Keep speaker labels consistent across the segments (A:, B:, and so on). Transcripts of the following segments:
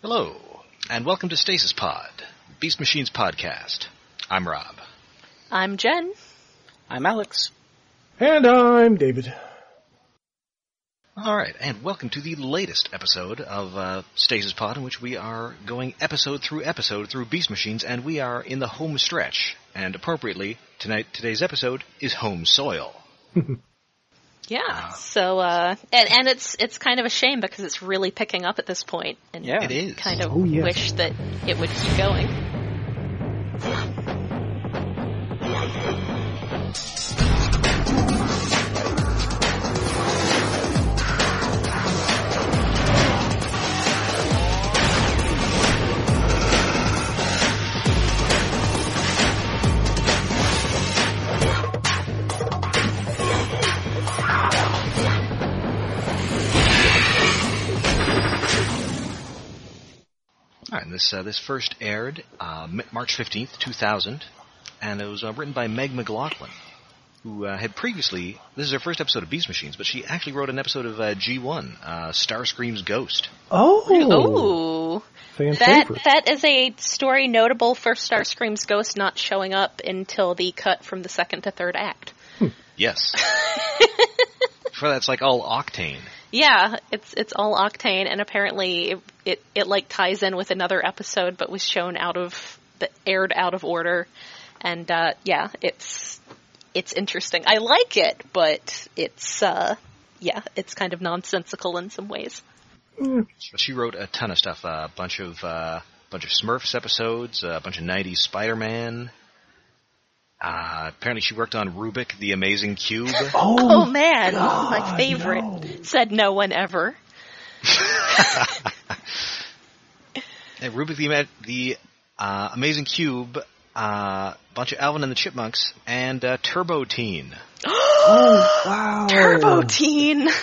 A: Hello, and welcome to Stasis Pod, Beast Machines podcast. I'm Rob.
B: I'm Jen.
C: I'm Alex.
D: And I'm David.
A: All right, and welcome to the latest episode of uh, Stasis Pod, in which we are going episode through episode through Beast Machines, and we are in the home stretch. And appropriately, tonight today's episode is home soil.
B: Yeah. So uh and, and it's it's kind of a shame because it's really picking up at this point and
C: Yeah.
A: It is.
B: kind of
D: Oh, yeah.
B: wish that it would keep going.
A: All right, and this uh, this first aired uh, M- March fifteenth, two thousand, and it was uh, written by Meg McLaughlin, who uh, had previously. This is her first episode of Beast Machines, but she actually wrote an episode of uh, G One, uh, Star Screams Ghost.
D: Oh,
B: Ooh.
D: fan
B: That
D: favorite.
B: that is a story notable for Starscream's ghost not showing up until the cut from the second to third act.
A: Yes. For that's like all octane.
B: Yeah, it's it's all octane and apparently it it, it like ties in with another episode but was shown out of the aired out of order and uh yeah, it's it's interesting. I like it, but it's uh yeah, it's kind of nonsensical in some ways.
A: But she wrote a ton of stuff, uh, a bunch of uh, bunch of Smurfs episodes, uh, a bunch of '90s Spider-Man. Uh, apparently, she worked on Rubik the Amazing Cube.
B: Oh,
D: Oh,
B: man,
D: God,
B: my favorite.
D: no.
B: Said no one ever.
A: And Rubik the, Ama- the uh, Amazing Cube, a uh, bunch of Alvin and the Chipmunks, and uh, Turbo Teen.
D: oh, wow.
B: Turbo Teen.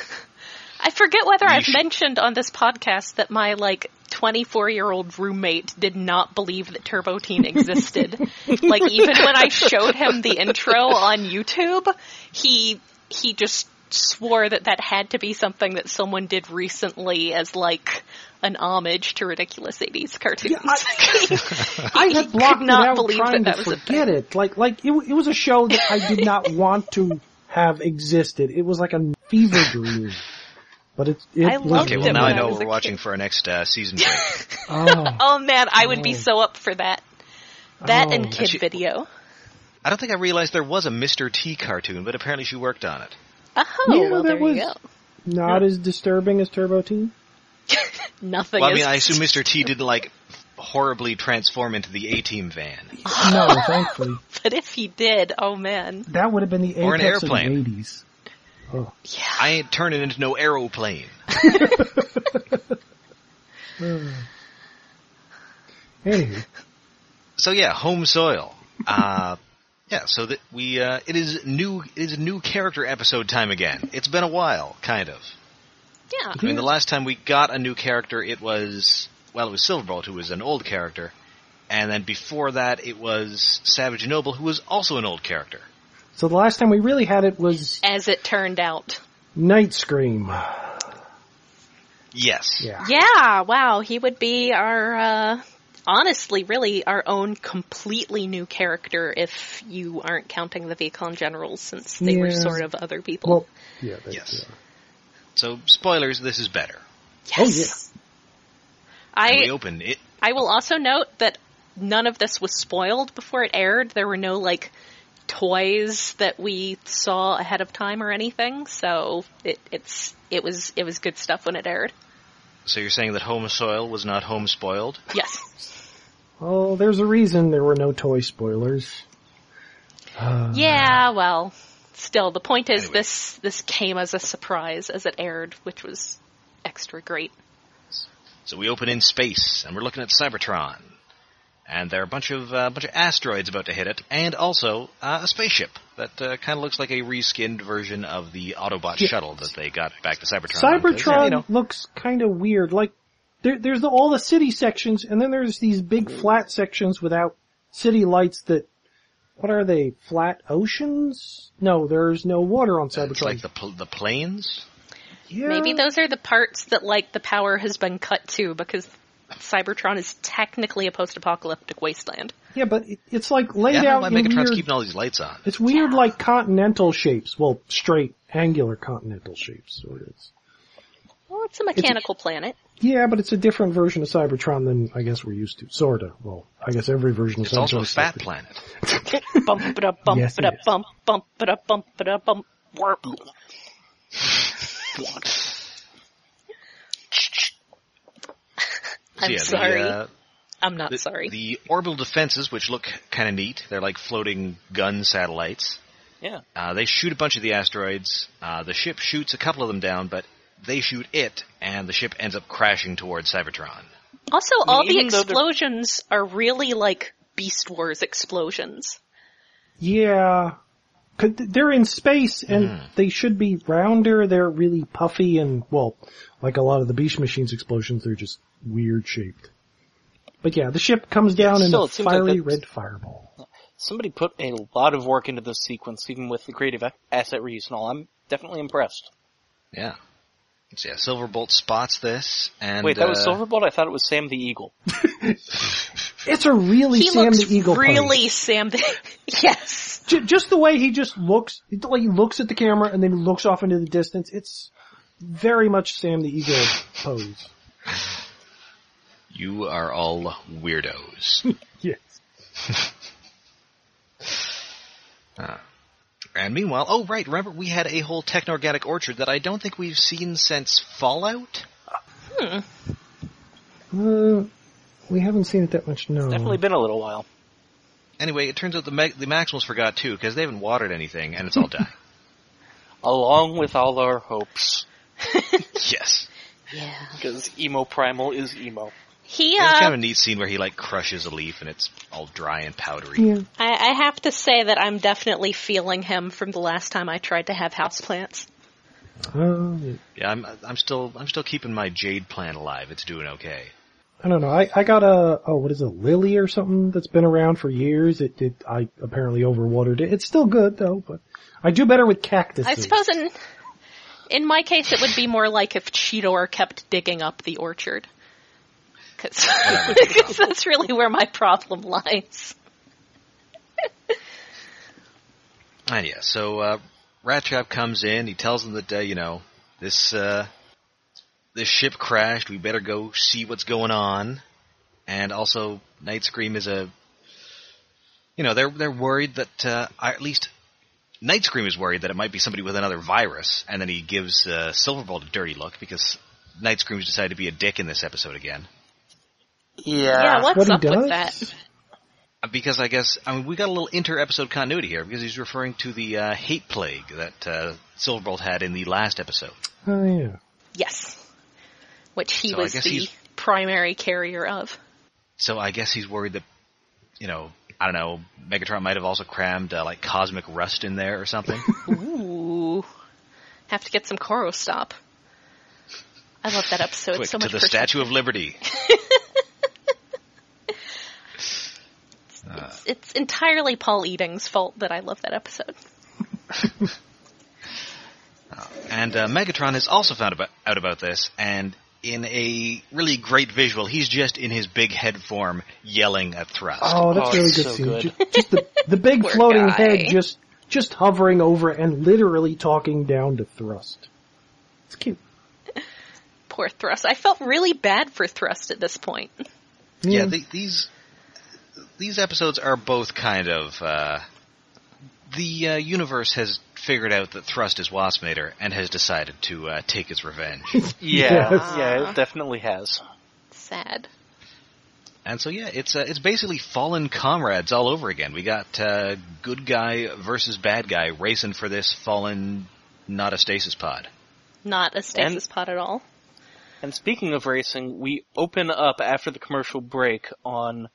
B: I forget whether
A: You
B: I've
A: sh-
B: mentioned on this podcast that my like 24 year old roommate did not believe that Turbo Teen existed. like even when I showed him the intro on YouTube, he he just swore that that had to be something that someone did recently as like an homage to ridiculous 80s cartoons.
D: I had blocked
B: could not
D: it out
B: believe
D: trying
B: that that
D: to
B: was a
D: forget it. Like, like it, wa- it was a show that I did not want to have existed. It was like a fever dream. But it, it
B: I
D: was
B: loved
A: Okay, well
B: it
A: now
B: when
A: I
B: I
A: know
B: was
A: what we're
B: a
A: watching for our next uh, season break.
D: Oh,
B: oh man, I would be so up for that. That
D: Oh.
B: and Kid
A: Actually-
B: Video.
A: I don't think I realized there was a Mr. T cartoon, but apparently she worked on it.
B: Oh,
D: Yeah,
B: well,
D: that
B: there
D: was-
B: you go.
D: not as disturbing as Turbo Teen.
B: Nothing
A: Well, I
B: is
A: mean, I assume Mr. T didn't like horribly transform into the A-Team van.
D: No, thankfully,
B: But if he did, oh man.
D: that would have been the
A: Or an
D: apex of the
A: airplane.
D: eighties. Oh,
B: Yeah.
A: I ain't turning into no aeroplane.
D: anywho,
A: So yeah, home soil. Uh, yeah, so that we uh, it is new it is new character episode time again. It's been a while, kind of.
B: Yeah.
A: I mean, the last time we got a new character, it was well, it was Silverbolt, who was an old character, and then before that, it was Savage Noble, who was also an old character.
D: so the last time we really had it was
B: As it turned out.
D: Night Scream.
A: Yes.
D: Yeah.
B: Yeah, wow. He would be our, uh, honestly, really our own completely new character if you aren't counting the Vacon generals since they were
D: Yeah.
B: sort of other people.
D: Well, yeah. They,
A: Yes. So spoilers, this is better.
D: oh,
B: yes.
A: And we
B: I,
A: open it.
B: I will also note that none of this was spoiled before it aired. There were no, like, toys that we saw ahead of time or anything, so it, it's, it was, it was good stuff when it aired.
A: So you're saying that home soil was not home spoiled?
B: Yes.
D: Oh, there's a reason there were no toy spoilers.
B: Yeah, well, still, the point is
A: Anyway.
B: this this came as a surprise as it aired, which was extra great.
A: So we open in space, and we're looking at Cybertron, and there are a bunch of uh, bunch of asteroids about to hit it, and also uh, a spaceship that uh, kind of looks like a reskinned version of the Autobot shuttle that they got back to Cybertron. on, 'cause,
D: Cybertron
A: Oh, you know,
D: looks kind of weird. Like there, there's the, all the city sections, and then there's these big flat sections without city lights. That what are they? Flat oceans? No, there's no water on Cybertron.
A: it's like the pl- the planes.
D: yeah.
B: Maybe those are the parts that like the power has been cut to because Cybertron is technically a post-apocalyptic wasteland.
D: Yeah, but it, it's like laid
A: yeah, I don't
D: out
A: know why
D: in
A: Megatron's
D: weird-
A: keeping all these lights on.
D: It's weird, like continental shapes. Well, straight, angular continental shapes. So it's-
B: Well, it's a mechanical planet.
D: yeah, but it's a different version of Cybertron than I guess we're used to. Sorta. Well, I guess every version of
A: It's
D: Cybertron.
A: also a
D: is
A: fat
D: like-
A: planet.
B: bump it up, bump
D: Yes,
B: it
D: it
B: up,
D: is.
B: bump, bump it up, bump it up, bump. Warp. I'm
A: yeah,
B: sorry.
A: The, uh,
B: I'm not
A: the,
B: sorry.
A: The orbital defenses, which look kind of neat, they're like floating gun satellites.
C: Yeah.
A: Uh, they shoot a bunch of the asteroids. Uh, the ship shoots a couple of them down, but they shoot it, and the ship ends up crashing towards Cybertron.
B: also,
C: mean,
B: all the
C: even though they're-
B: explosions are really like Beast Wars explosions.
D: Yeah. 'Cause th- They're in space and they should be rounder. They're really puffy and, well, like a lot of the Beast Machines explosions, they're just weird shaped. But yeah, the ship comes down in
C: still,
D: a
C: it seems like
D: fiery
C: that's-
D: red fireball.
C: Somebody put a lot of work into this sequence, even with the creative a- asset reuse and all. I'm definitely impressed.
A: Yeah. So, yeah, Silverbolt spots this, and
C: Wait, that was
A: uh,
C: Silverbolt? I thought it was Sam the Eagle.
D: It's a really
B: He
D: Sam
B: looks
D: the Eagle punch.
B: really Sam the Yes.
D: J- just the way he just looks, the way he looks at the camera and then looks off into the distance. It's very much Sam the Eagle pose.
A: You are all weirdos.
D: Yes.
A: and meanwhile, oh right, remember we had a whole techno-organic orchard that I don't think we've seen since Fallout.
D: Uh, we haven't seen it that much, no.
C: Definitely been a little while.
A: Anyway, it turns out the Mag- the Maximals forgot too because they haven't watered anything, and it's all dying.
C: Along with all our hopes.
A: yes.
B: Yeah.
C: Because emo primal is emo.
B: He,
A: There's
B: uh,
A: kind of a neat scene where he like crushes a leaf and it's all dry and powdery.
D: Yeah.
B: I, I have to say that I'm definitely feeling him from the last time I tried to have houseplants.
D: Uh, yeah.
A: Yeah, I'm I'm still I'm still keeping my jade plant alive. It's doing okay.
D: I don't know. I, I got a oh what is it, lily or something that's been around for years. It did I apparently overwatered it. It's still good though, but I do better with cactuses.
B: I suppose in in my case it would be more like if Cheetor kept digging up the orchard. Because that's really where my problem lies.
A: And yeah, so uh, Rattrap comes in. He tells them that uh, you know this uh, this ship crashed. We better go see what's going on. And also, Night Scream is a you know they're they're worried that uh, I- at least Night Scream is worried that it might be somebody with another virus. And then he gives uh, Silverbolt a dirty look because Night Scream's decided to be a dick in this episode again.
C: Yeah.
B: yeah, what's
D: what he
B: up
D: does?
B: with that?
A: Because I guess I mean we got a little inter-episode continuity here because he's referring to the uh, hate plague that uh, Silverbolt had in the last episode.
D: Oh yeah.
B: Yes. Which he
A: So I
B: was the
A: guess he's-
B: primary carrier of.
A: So I guess he's worried that you know I don't know Megatron might have also crammed uh, like cosmic rust in there or something.
B: Ooh. Have to get some Koro stop. I love that episode
A: Quick
B: so
A: to
B: much.
A: the
B: for-
A: Statue of Liberty.
B: It's entirely Paul Eating's fault that I love that episode.
A: And uh, Megatron has also found about, out about this, and in a really great visual, he's just in his big head form yelling at Thrust.
D: Oh, that's
C: Oh,
D: really
C: it's
D: good
C: so
D: scene.
C: good.
D: Ju- Just, the the big
B: Poor
D: floating
B: guy.
D: head just just hovering over and literally talking down to Thrust. It's cute.
B: Poor Thrust. I felt really bad for Thrust at this point.
A: Yeah, the, these these episodes are both kind of uh, the uh, universe has figured out that Thrust is Waspinator and has decided to uh, take its revenge.
C: Yeah,
D: Yes.
C: yeah, it definitely has.
B: Sad.
A: and so yeah, it's uh, it's basically fallen comrades all over again. We got uh, good guy versus bad guy racing for this fallen not a stasis pod.
B: Not a stasis
C: And-
B: pod at all.
C: And speaking of racing, we open up after the commercial break on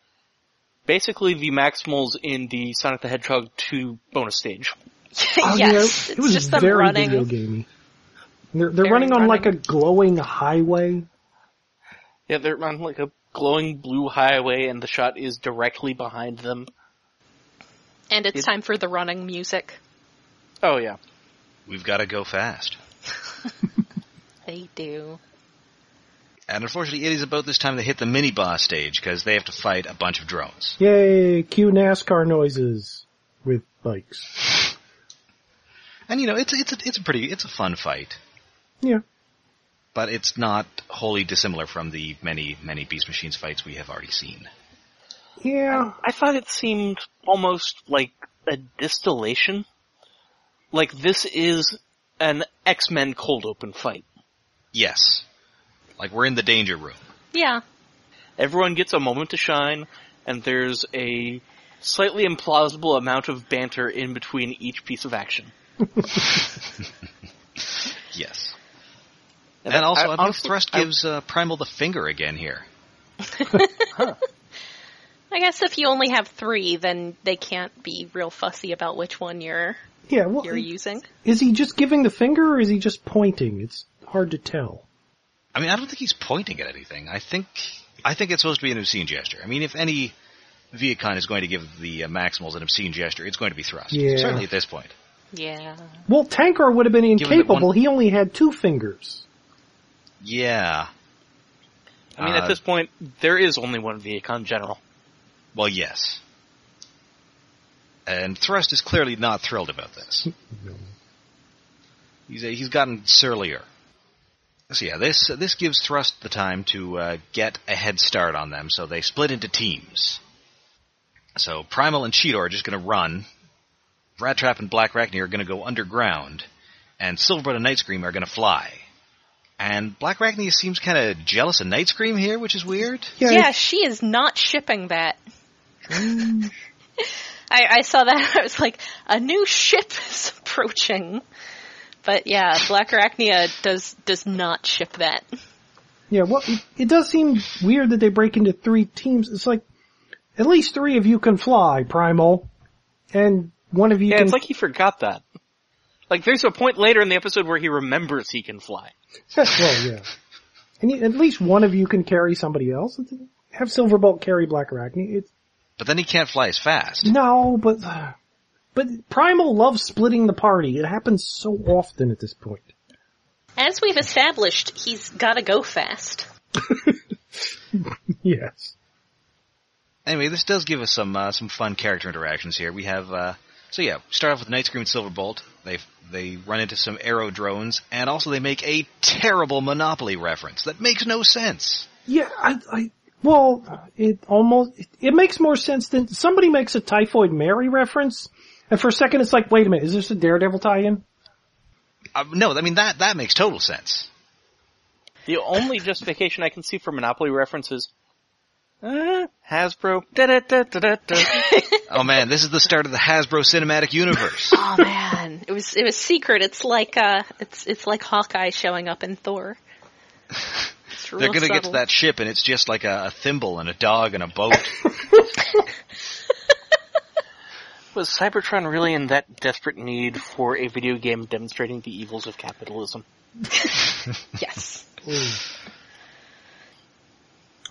C: basically the Maximals in the Sonic the Hedgehog 2 bonus stage.
D: Oh, yeah,
B: yes,
D: it
B: it's
D: was
B: just them
D: very
B: running.
D: video gamey. And They're they're
B: Very
D: running on like a
B: running.
D: glowing highway.
C: Yeah, they're on like a glowing blue highway and the shot is directly behind them.
B: And it's
C: It-
B: time for the running music.
C: Oh yeah.
A: We've got to go fast.
B: They do.
A: And unfortunately, it is about this time they hit the mini boss stage because they have to fight a bunch of drones.
D: Yay, cue NASCAR noises with bikes.
A: And you know, it's it's a, it's a pretty it's a fun fight,
D: Yeah.
A: but it's not wholly dissimilar from the many many Beast Machines fights we have already seen.
D: Yeah.
C: I thought it seemed almost like a distillation. Like this is an X-Men cold open fight.
A: Yes, like we're in the danger room.
B: Yeah.
C: Everyone gets a moment to shine, and there's a slightly implausible amount of banter in between each piece of action.
A: Yes, and, also I,
C: I-
A: believe
C: honestly-
A: Thrust
C: I-
A: gives uh, Primal the finger again here.
B: I guess if you only have three, then they can't be real fussy about which one you're
D: Yeah, well,
B: you're using.
D: is he just giving the finger or is he just pointing? It's hard to tell.
A: I mean, I don't think he's pointing at anything. I think I think it's supposed to be an obscene gesture. I mean, if any Viet Con is going to give the uh, Maximals an obscene gesture, it's going to be Thrust.
D: Yeah.
A: Certainly at this point.
B: Yeah.
D: Well, Tankar would have been
A: Given that
D: incapable.
A: one-
D: He only had two fingers.
A: Yeah.
C: I mean,
A: Uh,
C: at this point, there is only one Viacon general.
A: Well, yes. And Thrust is clearly not thrilled about this. He's he's gotten surlier. So yeah, this this gives Thrust the time to uh, get a head start on them. So they split into teams. So Primal and Cheetor are just going to run. Rat Trap and Black Arachne are going to go underground, and Silverbud and Night Scream are going to fly. And Black Arachne seems kind of jealous of Night Scream here, which is weird.
B: Yeah, she is not shipping that. I, I saw that. I was like, a new ship is approaching. But yeah, Black Arachnia does does not ship that.
D: Yeah, well, it, it does seem weird that they break into three teams. It's like, at least three of you can fly, Primal. And one of you
C: Yeah,
D: can
C: it's like he forgot that. Like, there's a point later in the episode where he remembers he can fly.
D: well, yeah. And you- at least one of you can carry somebody else. Have Silverbolt carry Black Arachne. It's,
A: But then he can't fly as fast.
D: no, but, but Primal loves splitting the party. It happens so often at this point.
B: As we've established, he's gotta go fast.
D: Yes.
A: Anyway, this does give us some uh, some fun character interactions here. We have uh, so yeah, we start off with Night Scream and Silverbolt. They they run into some arrow drones, and also they make a terrible Monopoly reference that makes no sense.
D: Yeah, I, I, well, it almost, it makes more sense than, somebody makes a Typhoid Mary reference, and for a second it's like, wait a minute, is this a Daredevil tie-in?
A: Uh, no, I mean that that makes total sense.
C: The only justification I can see for Monopoly references, uh, Hasbro. da-da-da-da-da-da.
A: Oh man, this is the start of the Hasbro cinematic universe.
B: Oh man, it was it was secret. It's like uh, it's it's like Hawkeye showing up in Thor. It's real
A: They're gonna get to
B: subtle.
A: that ship, and it's just like a, a thimble and a dog and a boat.
C: Was Cybertron really in that desperate need for a video game demonstrating the evils of capitalism?
B: Yes.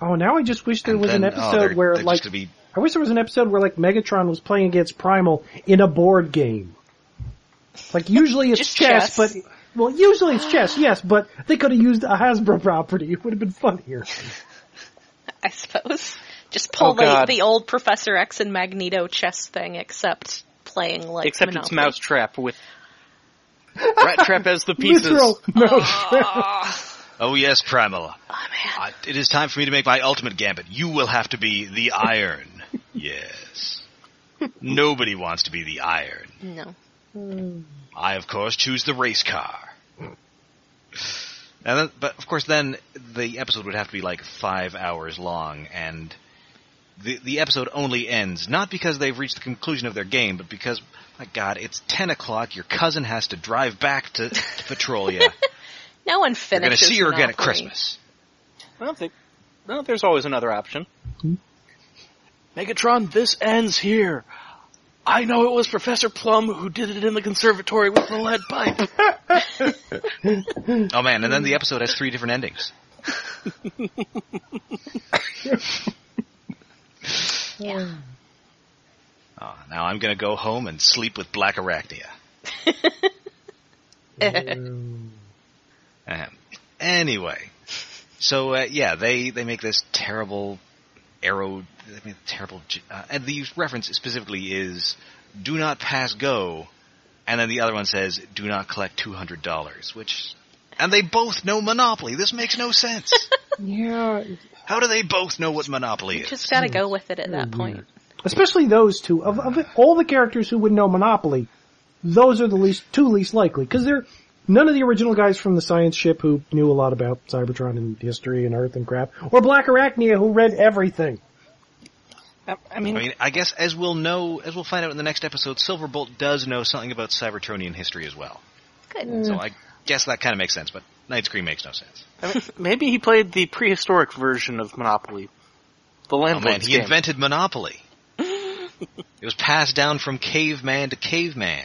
D: Oh, now I just wish there
A: And
D: was an
A: then, oh,
D: episode
A: they're-
D: where
A: they're
D: like,
A: just gonna be
D: I wish there was an episode where like Megatron was playing against Primal in a board game. Like usually it's
B: Just
D: chess,
B: chess.
D: but well, usually it's chess, yes, but they could have used a Hasbro property. It would have been funnier.
B: I suppose. Just pull
C: Oh, God.
B: the, the old Professor X and Magneto chess thing, except playing like
C: Except it's
B: Monopoly.
C: Mousetrap with Rat Trap as the pieces.
D: Literal. No.
A: Oh yes, Primal.
B: Oh,
A: Uh, it is time for me to make my ultimate gambit. You will have to be the Iron. yes. Nobody wants to be the Iron.
B: No.
A: I, of course, choose the race car. And then, but of course, then the episode would have to be like five hours long, and the the episode only ends not because they've reached the conclusion of their game, but because, my God, it's ten o'clock. Your cousin has to drive back to, to Petrolia.
B: No one
A: You're going to
B: finishes.
A: see her again at
B: Monopoly.
A: Christmas.
C: I don't think. No, there's always another option.
A: Hmm?
C: Megatron, this ends here. I know it was Professor Plum who did it in the conservatory with the lead pipe.
A: Oh man, and then the episode has three different endings.
B: Yeah.
A: Oh, now I'm gonna go home and sleep with Black Arachnia. Ahem. Anyway, So uh, yeah, they they make this terrible arrow. I mean, terrible. j- Uh, and the reference specifically is "Do not pass go," and then the other one says "Do not collect two hundred dollars," which. And they both know Monopoly. This makes no sense.
D: Yeah,
A: How do they both know what Monopoly
B: You
A: is?
B: just gotta go with it at
D: Mm-hmm.
B: that point.
D: especially those two of, of all the characters who would know Monopoly. Those are the least two least likely because they're none of the original guys from the science ship who knew a lot about Cybertron and history and Earth and crap, or Black Arachnia who read everything.
C: I, I mean,
A: I mean, I guess as we'll know, as we'll find out in the next episode, Silverbolt does know something about Cybertronian history as well.
B: Good.
A: So I guess that kind of makes sense, but Night Scream makes no sense.
C: I mean, maybe he played the prehistoric version of Monopoly, the
A: Oh man,
C: landlord's
A: he
C: game.
A: invented Monopoly. it was passed down from caveman to caveman.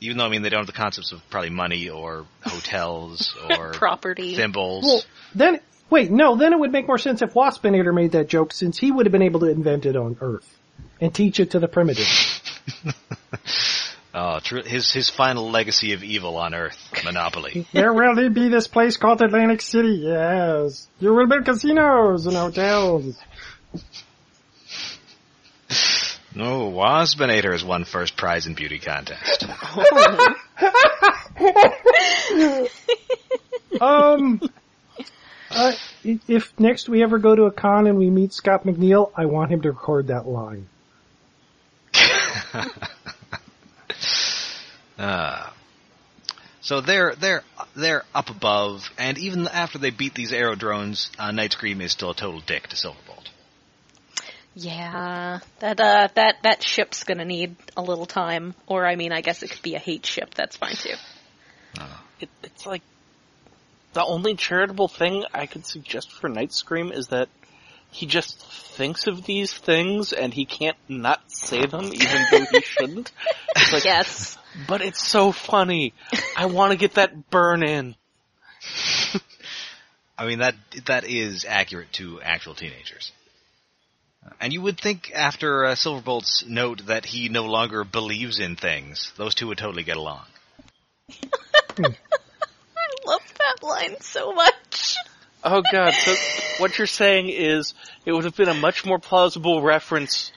A: Even though, I mean, they don't have the concepts of probably money or hotels Mm-hmm. or
B: Property.
A: thimbles.
D: Well, then wait, no, then it would make more sense if Waspinator made that joke since he would have been able to invent it on Earth and teach it to the primitives.
A: oh, true, his, his final legacy of evil on Earth, Monopoly.
D: there will be this place called Atlantic City. Yes, there will be casinos and hotels.
A: No, Waspinator has won first prize in beauty contest.
D: Um, uh, i- if next we ever go to a con and we meet Scott McNeil, I want him to record that line.
A: Uh, so they're they're they're up above, and even after they beat these aero drones, uh, Night Scream is still a total dick to Silverbolt.
B: Yeah, that uh, that that ship's gonna need a little time. Or I mean, I guess it could be a hate ship. That's fine too.
C: It, it's like the only charitable thing I could suggest for Night Scream is that he just thinks of these things and he can't not say them, even though he shouldn't. It's like,
B: Yes.
C: but it's so funny. I want to get that burn in.
A: I mean that that is accurate to actual teenagers. And you would think after uh, Silverbolt's note that he no longer believes in things, those two would totally get along.
B: I love that line so much.
C: Oh god, so what you're saying is it would have been a much more plausible reference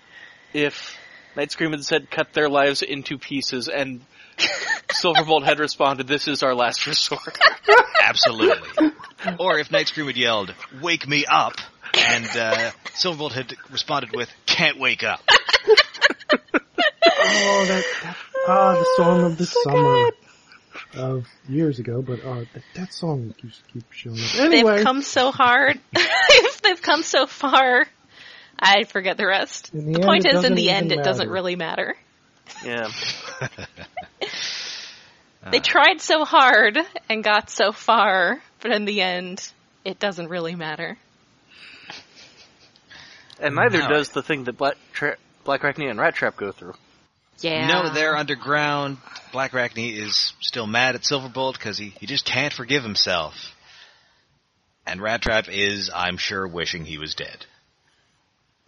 C: if Night Scream had said cut their lives into pieces and Silverbolt had responded, this is our last resort.
A: Absolutely. or if Night Scream had yelled, "Wake me up," and uh, Silverbolt had responded with, "Can't wake up."
D: Oh, that, that ah, the song of the summer of years ago, but uh, that, that song keeps keeps showing up. Anyway,
B: They've come so hard. They've come so far. I forget the rest.
D: In the
B: the
D: end,
B: point
D: it
B: is, in
D: doesn't
B: the end,
D: even
B: it doesn't
D: matter.
B: really matter.
C: yeah.
B: They tried so hard and got so far, but in the end, it doesn't really matter.
C: And neither
A: No.
C: does the thing that Black, Tra- Black Arachne and Rat Trap go through.
B: Yeah.
A: No, they're underground. Black Arachne is still mad at Silverbolt because he, he just can't forgive himself. And Rat Trap is, I'm sure, wishing he was dead.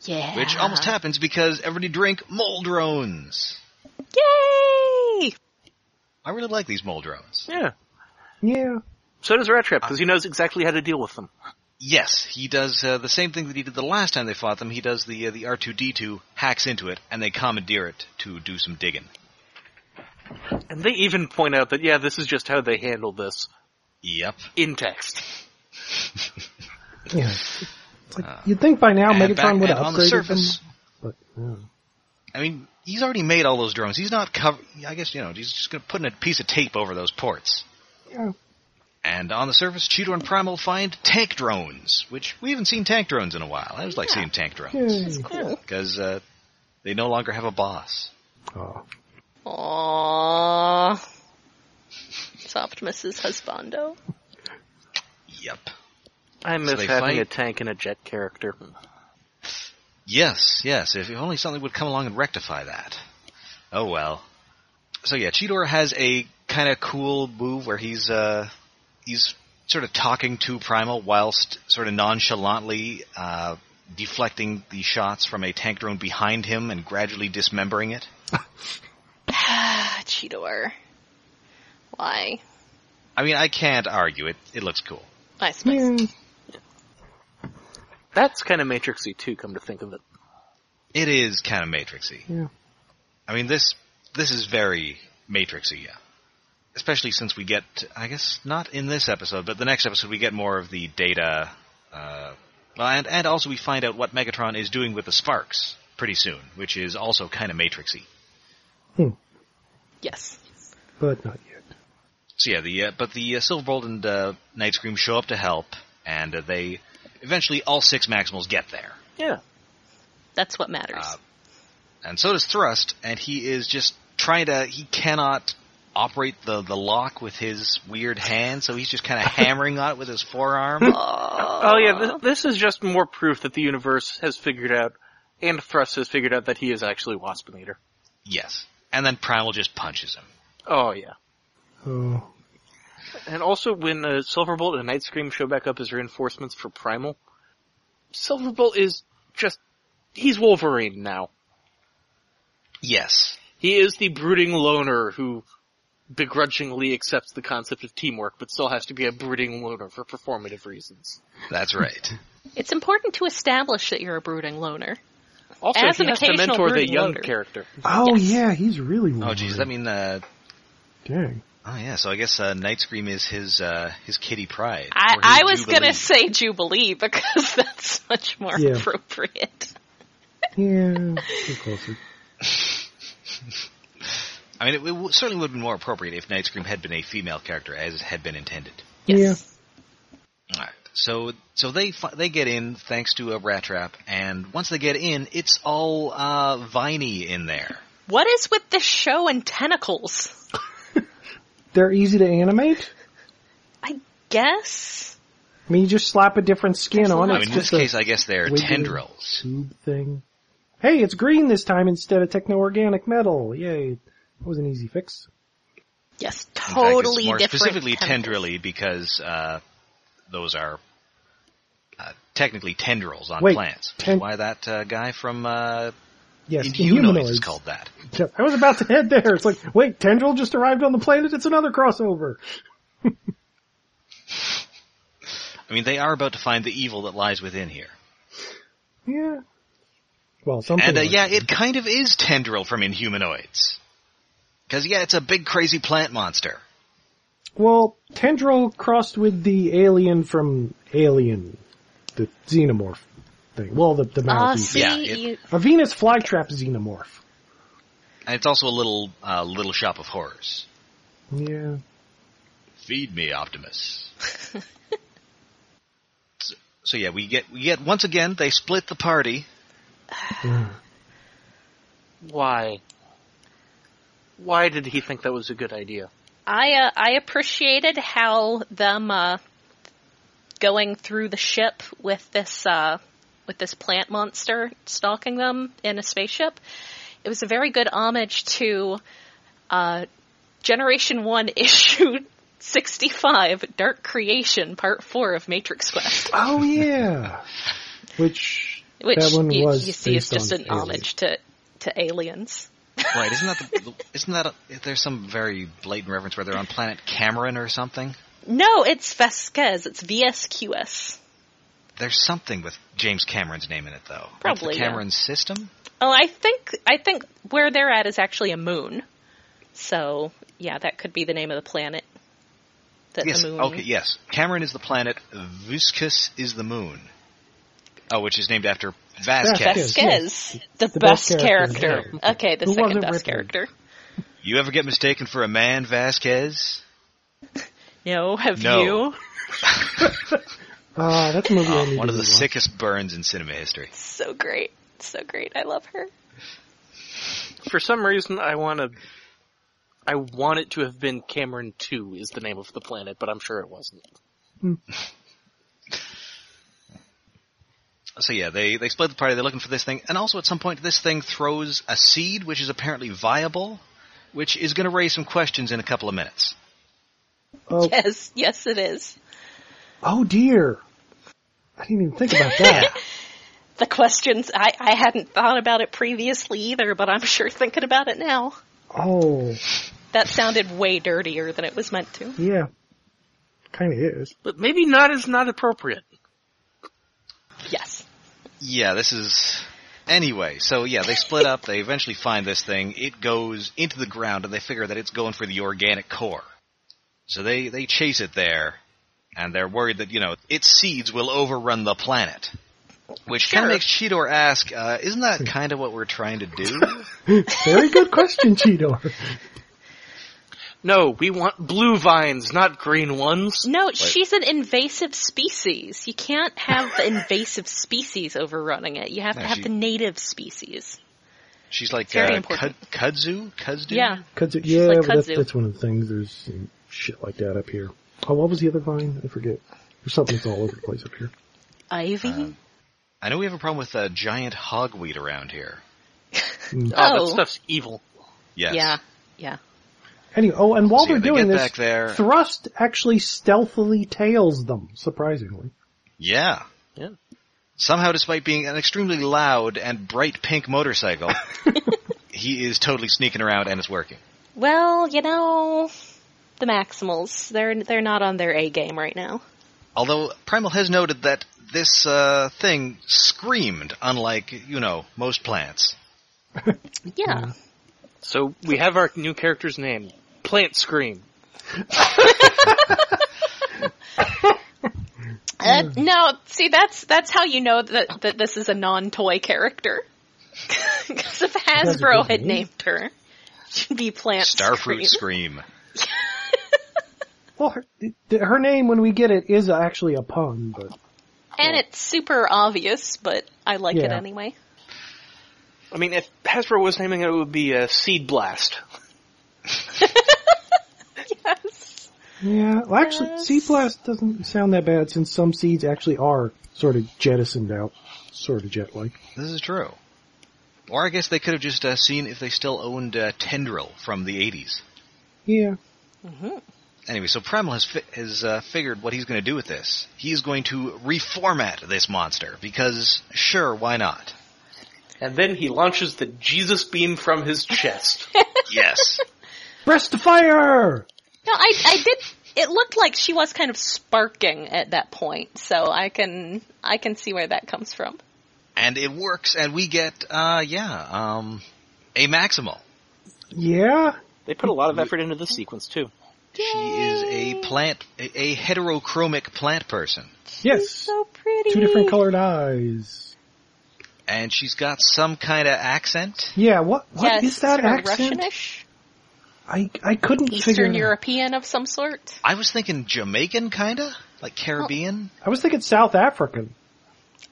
B: Yeah.
A: Which almost happens because everybody drink mole drones.
B: Yay!
A: I really like these mole drones.
C: Yeah. Uh,
D: yeah,
C: So does Rat Trap, because he knows exactly how to deal with them.
A: Yes, he does uh, the same thing that he did the last time they fought them. He does the uh, the R2D2 hacks into it and they commandeer it to do some digging.
C: And they even point out that, yeah, this is just how they handle this
A: Yep.
C: in text.
D: yeah. It's like, you'd think by now
A: Ah. and back-
D: Megatron would
A: and
D: have
A: on the
D: upgraded
A: surface,
D: them, but no.
A: I mean, he's already made all those drones. He's not cover. I guess you know he's just going to put in a piece of tape over those ports.
D: Yeah.
A: And on the surface, Cheeto and Primal find tank drones, which we haven't seen tank drones in a while. I was like seeing tank drones
D: Yay.
A: because uh, they no longer have a boss.
D: Oh.
B: Aww. It's Optimus's husbando.
A: Yep.
C: I miss
A: they
C: having
A: fight.
C: a tank and a jet character.
A: Yes, yes. If only something would come along and rectify that. Oh well. So yeah, Cheetor has a kind of cool move where he's uh he's sort of talking to Primal whilst sort of nonchalantly uh deflecting the shots from a tank drone behind him and gradually dismembering it.
B: Ah, Cheetor. Why?
A: I mean, I can't argue it. It looks cool.
B: I suppose.
D: Yeah.
C: That's kind of Matrixy too. Come to think of it,
A: It is kind of matrixy.
D: Yeah.
A: I mean this this is very matrixy, yeah. Especially since we get I guess not in this episode, but the next episode we get more of the data uh, well, and and also we find out what Megatron is doing with the sparks pretty soon, which is also kind of matrixy.
B: Yes.
D: But not yet.
A: So yeah, the uh, but the uh, Silverbolt and uh, Night Scream show up to help, and uh, they eventually all six Maximals get there.
C: yeah.
B: That's what matters.
A: Uh, and so does Thrust, and he is just trying to. He cannot operate the the lock with his weird hand, so he's just kind of hammering on it with his forearm.
C: Oh yeah, this, this is just more proof that the universe has figured out, and Thrust has figured out that he is actually Wasp Leader.
A: yes, and then Primal just punches him.
C: Oh yeah,
D: Oh.
C: and also when uh, Silverbolt and Night Scream show back up as reinforcements for Primal, Silverbolt is just—he's Wolverine now.
A: Yes,
C: He is the brooding loner who begrudgingly accepts the concept of teamwork, but still has to be a brooding loner for performative reasons.
A: that's right.
B: it's important to establish that you're a brooding loner.
C: Also,
B: As
C: he
B: an
C: has to
B: occasional
C: mentor the
B: brooding
C: young
B: loner.
C: character.
D: Oh
B: Yes.
D: yeah, he's really.
A: oh jeez,
D: Wolverine.
A: I mean, uh,
D: dang.
A: oh yeah. So I guess uh, Night Scream is his uh, his kitty pride.
B: I,
A: or his
B: I was
A: Jubilee.
B: gonna say Jubilee because that's much more
D: Yeah.
B: appropriate.
D: Yeah, too closer.
A: I mean, it, w certainly would have been more appropriate if Night Scream had been a female character, as had been intended.
B: Yes.
A: All right. So so they fi- they get in thanks to a rat trap, and once they get in, it's all uh, viney in there.
B: What is with this show and tentacles?
D: They're easy to animate.
B: I guess.
D: I mean, you just slap a different skin on.
A: I
D: it's
A: mean, in this
D: just a
A: case, I guess they're
D: wiggly
A: tendrils.
D: tube thing. Hey, it's green this time instead of techno-organic metal. Yay! That was an easy fix.
B: Yes,
A: In fact, it's
B: totally
A: more
B: different.
A: specifically
B: tentacles.
A: tendrily because uh, those are uh, technically tendrils on
D: Wait,
A: plants.
D: ten-
A: Why that uh, guy from uh,
D: Yes,
A: Inhumanoids is
D: Inhumanoids.
A: called that.
D: Yeah, I was about to head there. It's like, wait, Tendril just arrived on the planet. It's another crossover.
A: I mean, they are about to find the evil that lies within here.
D: Yeah. Well, something.
A: And uh,
D: like-
A: yeah, it kind of is tendril from Inhumanoids. Because yeah, it's a big crazy plant monster.
D: Well, Tendril crossed with the alien from Alien, the xenomorph thing. Well, the the
B: Ah,
D: mouthy.
B: see,
A: Yeah, it-
B: you-
D: a Venus flytrap xenomorph.
A: And it's also a little uh, little shop of horrors.
D: Yeah.
A: Feed me, Optimus. so, so yeah, we get we get once again they split the party.
C: Why? Why did he think that was a good idea?
B: I uh, I appreciated how them uh, going through the ship with this uh, with this plant monster stalking them in a spaceship. It was a very good homage to uh, Generation One issue sixty five, Dark Creation Part Four of Matrix Quest,
D: Oh yeah. Which
B: which
D: that one
B: you,
D: was
B: you see is
D: based
B: just
D: on
B: an
D: Alien.
B: homage to to aliens.
A: Right? Isn't that the, the- isn't that a, there's some very blatant reference where they're on planet Cameron or something?
B: No, it's Vasquez. It's VSQS.
A: There's something with James Cameron's name in it though. Like
B: Probably,
A: the
B: yeah.
A: Cameron system.
B: Oh, I think I think where they're at is actually a moon. So yeah, that could be the name of the planet. That
A: yes.
B: the moon.
A: Okay. Yes. Cameron is the planet. Vuscus is the moon. Oh, which is named after Vasquez.
B: Vasquez,
D: Yes,
B: the,
D: The
B: best,
D: best
B: character.
D: character.
B: Okay, the
D: Who
B: second
D: wasn't
B: best
D: Ripley?
B: character.
A: You ever get mistaken for a man, Vasquez?
B: No, have
A: No.
B: you?
D: Ah, that's a movie. I
A: Uh,
D: need
A: one
D: to
A: of the
D: rewatch.
A: sickest burns in cinema history.
B: So great, so great. I love her.
C: For some reason, I want to. I want it to have been Cameron Two is the name of the planet, but I'm sure it wasn't.
A: So yeah, they they split the party. They're looking for this thing, and also at some point, this thing throws a seed, which is apparently viable, which is going to raise some questions in a couple of minutes.
D: Oh,
B: Yes, yes, it is.
D: oh dear. I didn't even think about that.
B: The questions I, I hadn't thought about it previously either, but I'm sure thinking about it now.
D: oh
B: That sounded way dirtier than it was meant to.
D: yeah. Kind of is.
C: But maybe not is not appropriate.
B: Yes.
A: Yeah, this is. Anyway, so yeah, they split up. They eventually find this thing. It goes into the ground, and they figure that it's going for the organic core. So they they chase it there, and they're worried that you know its seeds will overrun the planet. Which kind
B: Sure.
A: of makes Cheetor ask, uh, "Isn't that kind of what we're trying to do?"
D: Very good question, Cheetor.
C: No, we want blue vines, not green ones.
B: No, she's an invasive species. You can't have the invasive species overrunning it. You have to
A: No,
B: have
A: she-
B: the native species.
A: She's like
B: Very
A: uh, Kud-
B: important.
A: Kudzu, Kudzu.
B: Yeah.
D: Kudzu,
B: Just
D: yeah,
B: like
D: but that's,
B: kudzu.
D: that's one of the things. There's you know, shit like that up here. Oh, what was the other vine? I forget. There's something that's all over the place up here.
B: Ivy?
A: I know we have a problem with uh, giant hogweed around here.
C: Oh,
B: Oh.
C: that stuff's evil.
A: Yes.
B: Yeah. Yeah.
D: Anyway, oh, and while
A: So, yeah,
D: they're
A: they
D: doing
A: get
D: this,
A: back there.
D: Thrust actually stealthily tails them, surprisingly.
A: Yeah.
C: Yeah.
A: Somehow, despite being an extremely loud and bright pink motorcycle, he is totally sneaking around and it's working.
B: Well, you know, the Maximals, they're they're not on their A game right now.
A: Although Primal has noted that this uh, thing screamed, unlike you know most plants.
B: Yeah.
C: So we have our new character's name, Plant Scream.
B: Uh, no, see that's that's how you know that that this is a non-toy character. Because if
D: has a
B: Hasbro
D: good
B: had
D: name.
B: named her, she'd be Plant
A: Starfruit
B: Scream.
A: scream.
D: Well, her, th- her name when we get it is actually a pun, but
B: And it's super obvious, but I like it
D: Yeah.
B: anyway.
C: I mean, if Hasbro was naming it, it would be a Seed Blast.
B: Yes.
D: yeah. Well, actually,
B: Yes.
D: seed blast doesn't sound that bad since some seeds actually are sort of jettisoned out, sort of jet-like.
A: This is true. Or I guess they could have just uh, seen if they still owned uh, Tendril from the '80s.
D: Yeah. Mm-hmm.
A: Anyway, so Primal has, fi- has uh, figured what he's going to do with this. He is going to reformat this monster because, sure, why not?
C: And then he launches the Jesus beam from his chest.
A: Yes.
D: Breast of fire.
B: No, I I did. It looked like she was kind of sparking at that point, so I can I can see where that comes from.
A: and it works, and we get, uh, yeah, um, a Maximal.
D: Yeah.
C: they put a lot of effort into this sequence too.
A: She is a plant, a, a heterochromic plant person.
D: Yes.
B: So pretty.
D: Two different colored eyes.
A: And she's got some kind of accent.
D: Yeah. What? What
B: Yes,
D: is
B: sort
D: that
B: of
D: accent?
B: Russianish,
D: I I couldn't figure.
B: Eastern
D: it out.
B: European of some sort.
A: I was thinking Jamaican, kinda? Like Caribbean?
D: I was thinking South African.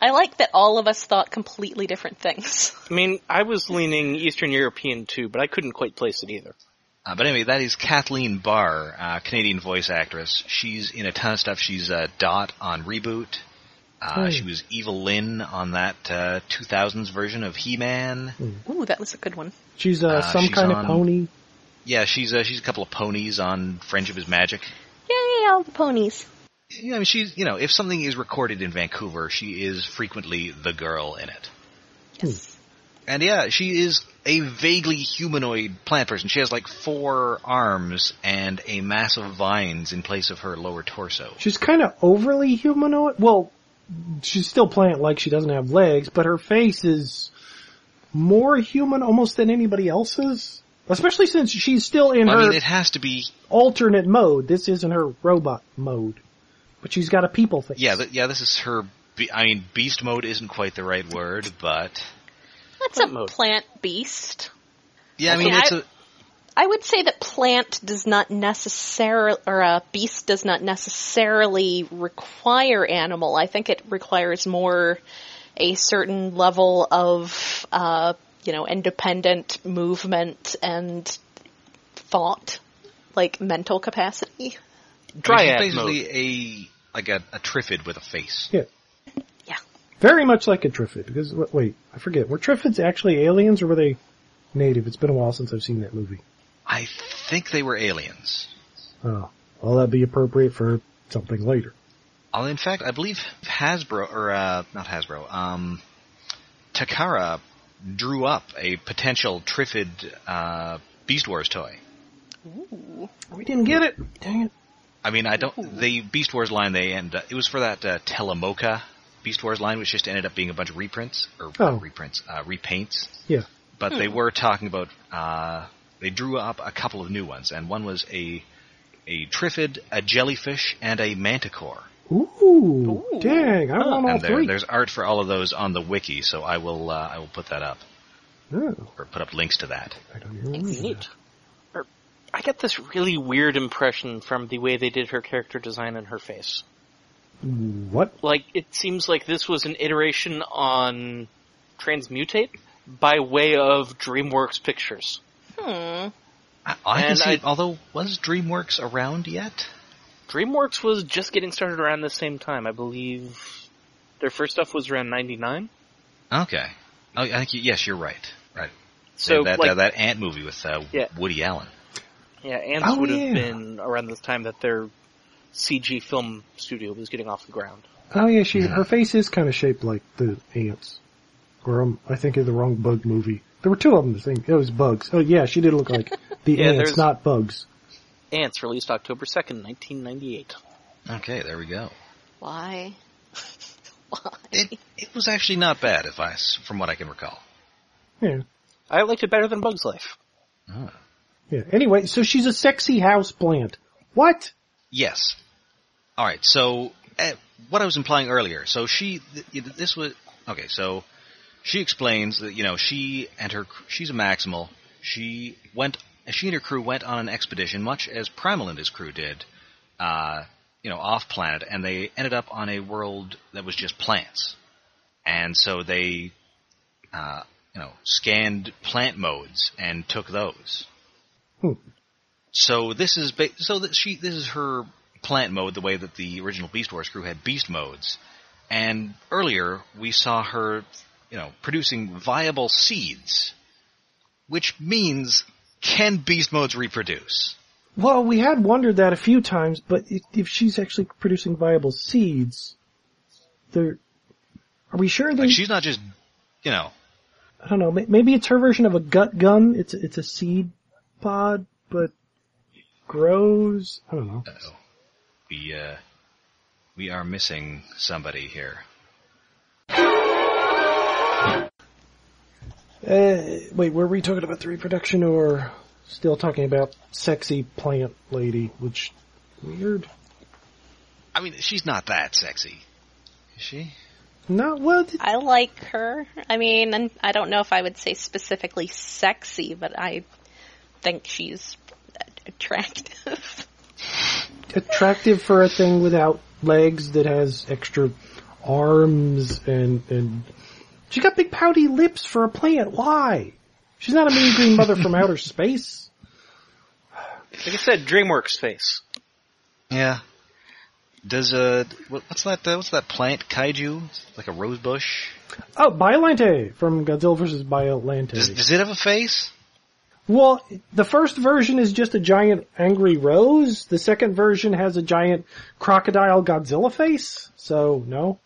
B: I like that all of us thought completely different things.
C: I mean, I was leaning Eastern European too, but I couldn't quite place it either.
A: Uh, but anyway, that is Kathleen Barr, uh, Canadian voice actress. She's in a ton of stuff. She's uh, Dot on Reboot. Uh,
D: Hmm.
A: She was Evil Lyn on that uh, 2000s version of He-Man.
B: Ooh, that was a good one.
D: She's uh,
A: Uh,
D: some
A: she's
D: kind
A: on-
D: of pony.
A: Yeah, she's uh, she's a couple of ponies on Friendship is Magic.
B: Yay, all the ponies.
A: Yeah, I mean, she's you know if something is recorded in Vancouver, she is frequently the girl in it.
D: Hmm.
B: Yes.
A: And yeah, she is a vaguely humanoid plant person. She has like four arms and a massive vines in place of her lower torso.
D: She's kind of overly humanoid. Well, she's still plant like she doesn't have legs, but her face is more human almost than anybody else's. Especially since she's still in
A: I
D: her
A: mean, it has to be
D: alternate mode. This isn't her robot mode, but she's got a people face.
A: Yeah, th- yeah. This is her. Be- I mean, beast mode isn't quite the right word, but
B: That's
C: Plant
B: a
C: mode.
B: plant beast.
A: yeah. I
B: mean,
A: mean, it's
B: I-
A: a
B: I would say that plant does not necessarily, or uh, beast does not necessarily require animal. I think it requires more a certain level of, uh, you know, independent movement and thought, like mental capacity.
C: Dryad
A: I mean, she's
C: mode.
A: basically a like a, a triffid with a face.
D: Yeah.
B: Yeah.
D: Very much like a Triffid, because, w- wait, I forget. Were Triffids actually aliens or were they native? It's been a while since I've seen that movie.
A: I think they were aliens.
D: Oh, well that'd be appropriate for something later.
A: Although, in fact, I believe Hasbro or uh, not Hasbro, um, Takara drew up a potential triffid uh, Beast Wars toy.
D: We didn't get it. Dang it.
A: I mean, I don't. The Beast Wars line they end. It was for that uh, Telemocha uh, Beast Wars line, which just ended up being a bunch of reprints or
D: Oh.
A: reprints, uh, repaints.
D: Yeah.
A: But
C: Hmm.
A: they were talking about. Uh, they drew up a couple of new ones, and one was a a Triffid, a jellyfish, and a manticore.
D: Ooh,
B: Ooh.
D: dang! I
C: Oh,
D: want all
A: and there,
D: three.
A: there's art for all of those on the wiki, so I will uh, I will put that up
D: Oh,
A: or put up links to that.
D: I don't even remember
C: Neat.
D: that.
C: Or- I got this really weird impression from the way they did her character design and her face.
D: What?
C: Like, it seems like this was an iteration on Transmutate by way of DreamWorks Pictures.
B: Hmm.
A: I, I can
C: And
A: see,
C: I-
A: although was DreamWorks around yet?
C: DreamWorks was just getting started around the same time. I believe their first stuff was around 99.
A: Okay. Oh, I think you, yes, you're right. Right.
C: So,
A: that
C: like,
A: uh, that ant movie with uh,
C: Yeah.
A: Woody Allen.
C: yeah, Ants
D: Oh,
C: would have
D: yeah.
C: been around this time that their CG film studio was getting off the ground.
D: Oh yeah, she
A: Yeah.
D: her face is kind of shaped like the ants. Or um, I think of the wrong bug movie. There were two of them. I think it was bugs. Oh yeah, she did look like the
C: Yeah,
D: ants,
C: there's-
D: not bugs.
C: Ants released October 2nd, 1998.
A: Okay, there we go.
B: Why? Why?
A: It it was actually not bad, if I s- from what I can recall.
D: Yeah,
C: I liked it better than Bug's Life.
A: Ah.
D: yeah. Anyway, so she's a sexy house plant. What?
A: Yes. All right. So eh, what I was implying earlier. So she th- y- th- this was okay. So she explains that you know she and her cr- she's a maximal. She went. She and her crew went on an expedition, much as Primal and his crew did. Uh, you know, off planet, and they ended up on a world that was just plants. And so they, uh, you know, scanned plant modes and took those.
D: Hmm.
A: So this is ba- so that she this is her plant mode the way that the original Beast Wars crew had beast modes, and earlier we saw her you know producing viable seeds, which means can beast modes reproduce?
D: Well, we had wondered that a few times, but if, if she's actually producing viable seeds, they're. Are we sure? They,
A: Like she's not just you know
D: I don't know. may- Maybe it's her version of a gut gun. It's it's a seed pod, but grows. I don't know.
A: Uh-oh. We, uh, we are missing somebody here.
D: Uh, wait, were we talking about the reproduction or still talking about sexy plant lady? Which weird.
A: I mean, she's not that sexy. Is she?
D: No, well, th-
B: I like her. I mean, and I don't know if I would say specifically sexy, but I think she's attractive.
D: attractive for a thing without legs that has extra arms and and she got big pouty lips for a plant. Why? She's not a mean green mother from outer space.
C: Like I said, DreamWorks face.
A: Yeah. Does, uh, what- what's that, uh, what's that plant kaiju? It's Like a rose bush?
D: Oh, Biolante from Godzilla vs.
A: Does,
D: Biolante.
A: does it have a face?
D: Well, the first version is just a giant angry rose. The second version has a giant crocodile Godzilla face. So, no.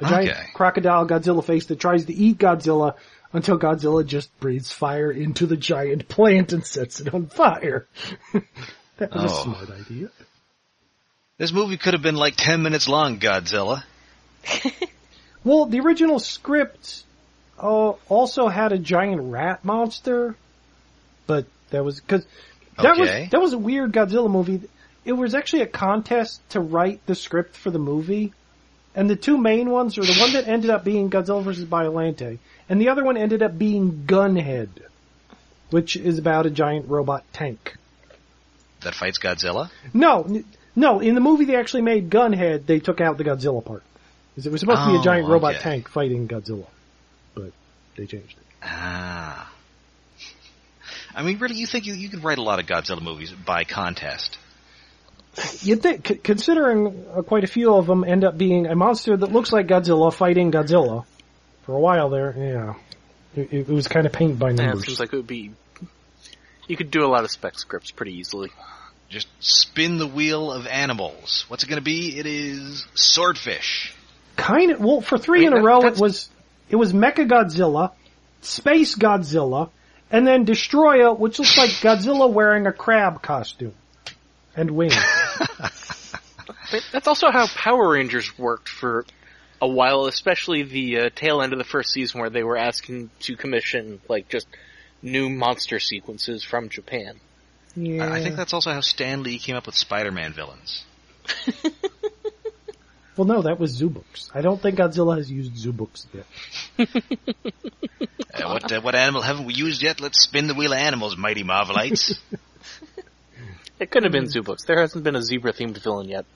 D: A giant
A: Okay.
D: crocodile Godzilla face that tries to eat Godzilla until Godzilla just breathes fire into the giant plant and sets it on fire. that was
A: Oh.
D: a smart idea.
A: This movie could have been like 10 minutes long, Godzilla.
D: Well, the original script uh, also had a giant rat monster, but that was because that
A: Okay.
D: was that was a weird Godzilla movie. It was actually a contest to write the script for the movie, and the two main ones are the one that ended up being Godzilla versus Biolante, and the other one ended up being Gunhead, which is about a giant robot tank.
A: That fights Godzilla?
D: No, n- no. In the movie they actually made Gunhead. They took out the Godzilla part. 'Cause It was supposed to be a
A: Oh,
D: giant robot
A: okay.
D: tank fighting Godzilla, but they changed it.
A: Ah. I mean, really, you think you, you could write a lot of Godzilla movies by contest?
D: You'd think, c- considering uh, quite a few of them end up being a monster that looks like Godzilla fighting Godzilla. For a while there, yeah, it, it was kind of paint by
C: Yeah, it
D: numbers.
C: seems like it would be. You could do a lot of spec scripts pretty easily.
A: just spin the wheel of animals. What's it going to be? It is swordfish.
D: kind of well for three
C: I
D: in
C: mean,
D: a
C: that-
D: row. It
C: that's-
D: was it was Mecha Godzilla, Space Godzilla, and then Destroyer, which looks like Godzilla wearing a crab costume and wings.
C: But that's also how Power Rangers worked for a while, especially the uh, tail end of the first season where they were asking to commission like just new monster sequences from Japan.
D: Yeah.
A: I I think that's also how Stan Lee came up with Spider-Man villains.
D: Well, no, that was Zoobuks. I don't think Godzilla has used Zoobuks yet.
A: Uh, what uh, what animal haven't we used yet? Let's spin the wheel of animals, mighty Marvelites.
C: It could have been Zubooks. There hasn't been a zebra themed villain yet.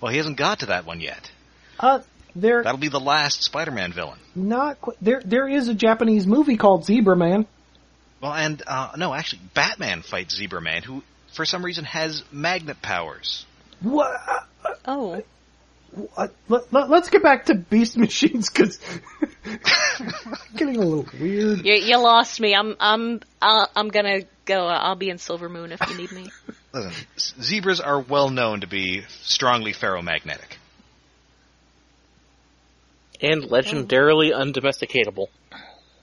A: well, he hasn't got to that one yet.
D: Uh, there,
A: That'll be the last Spider-Man villain.
D: not qu- there. There is a Japanese movie called Zebra Man.
A: Well, and uh, no, actually, Batman fights Zebra Man, who for some reason has magnet powers.
D: What?
B: Oh,
D: Uh, let, let, let's get back to Beast Machines because getting a little weird.
B: you, you lost me. I'm I'm uh, I'm gonna go. I'll be in Silver Moon if you need me.
A: Listen, s- zebras are well known to be strongly ferromagnetic.
C: And legendarily undomesticatable.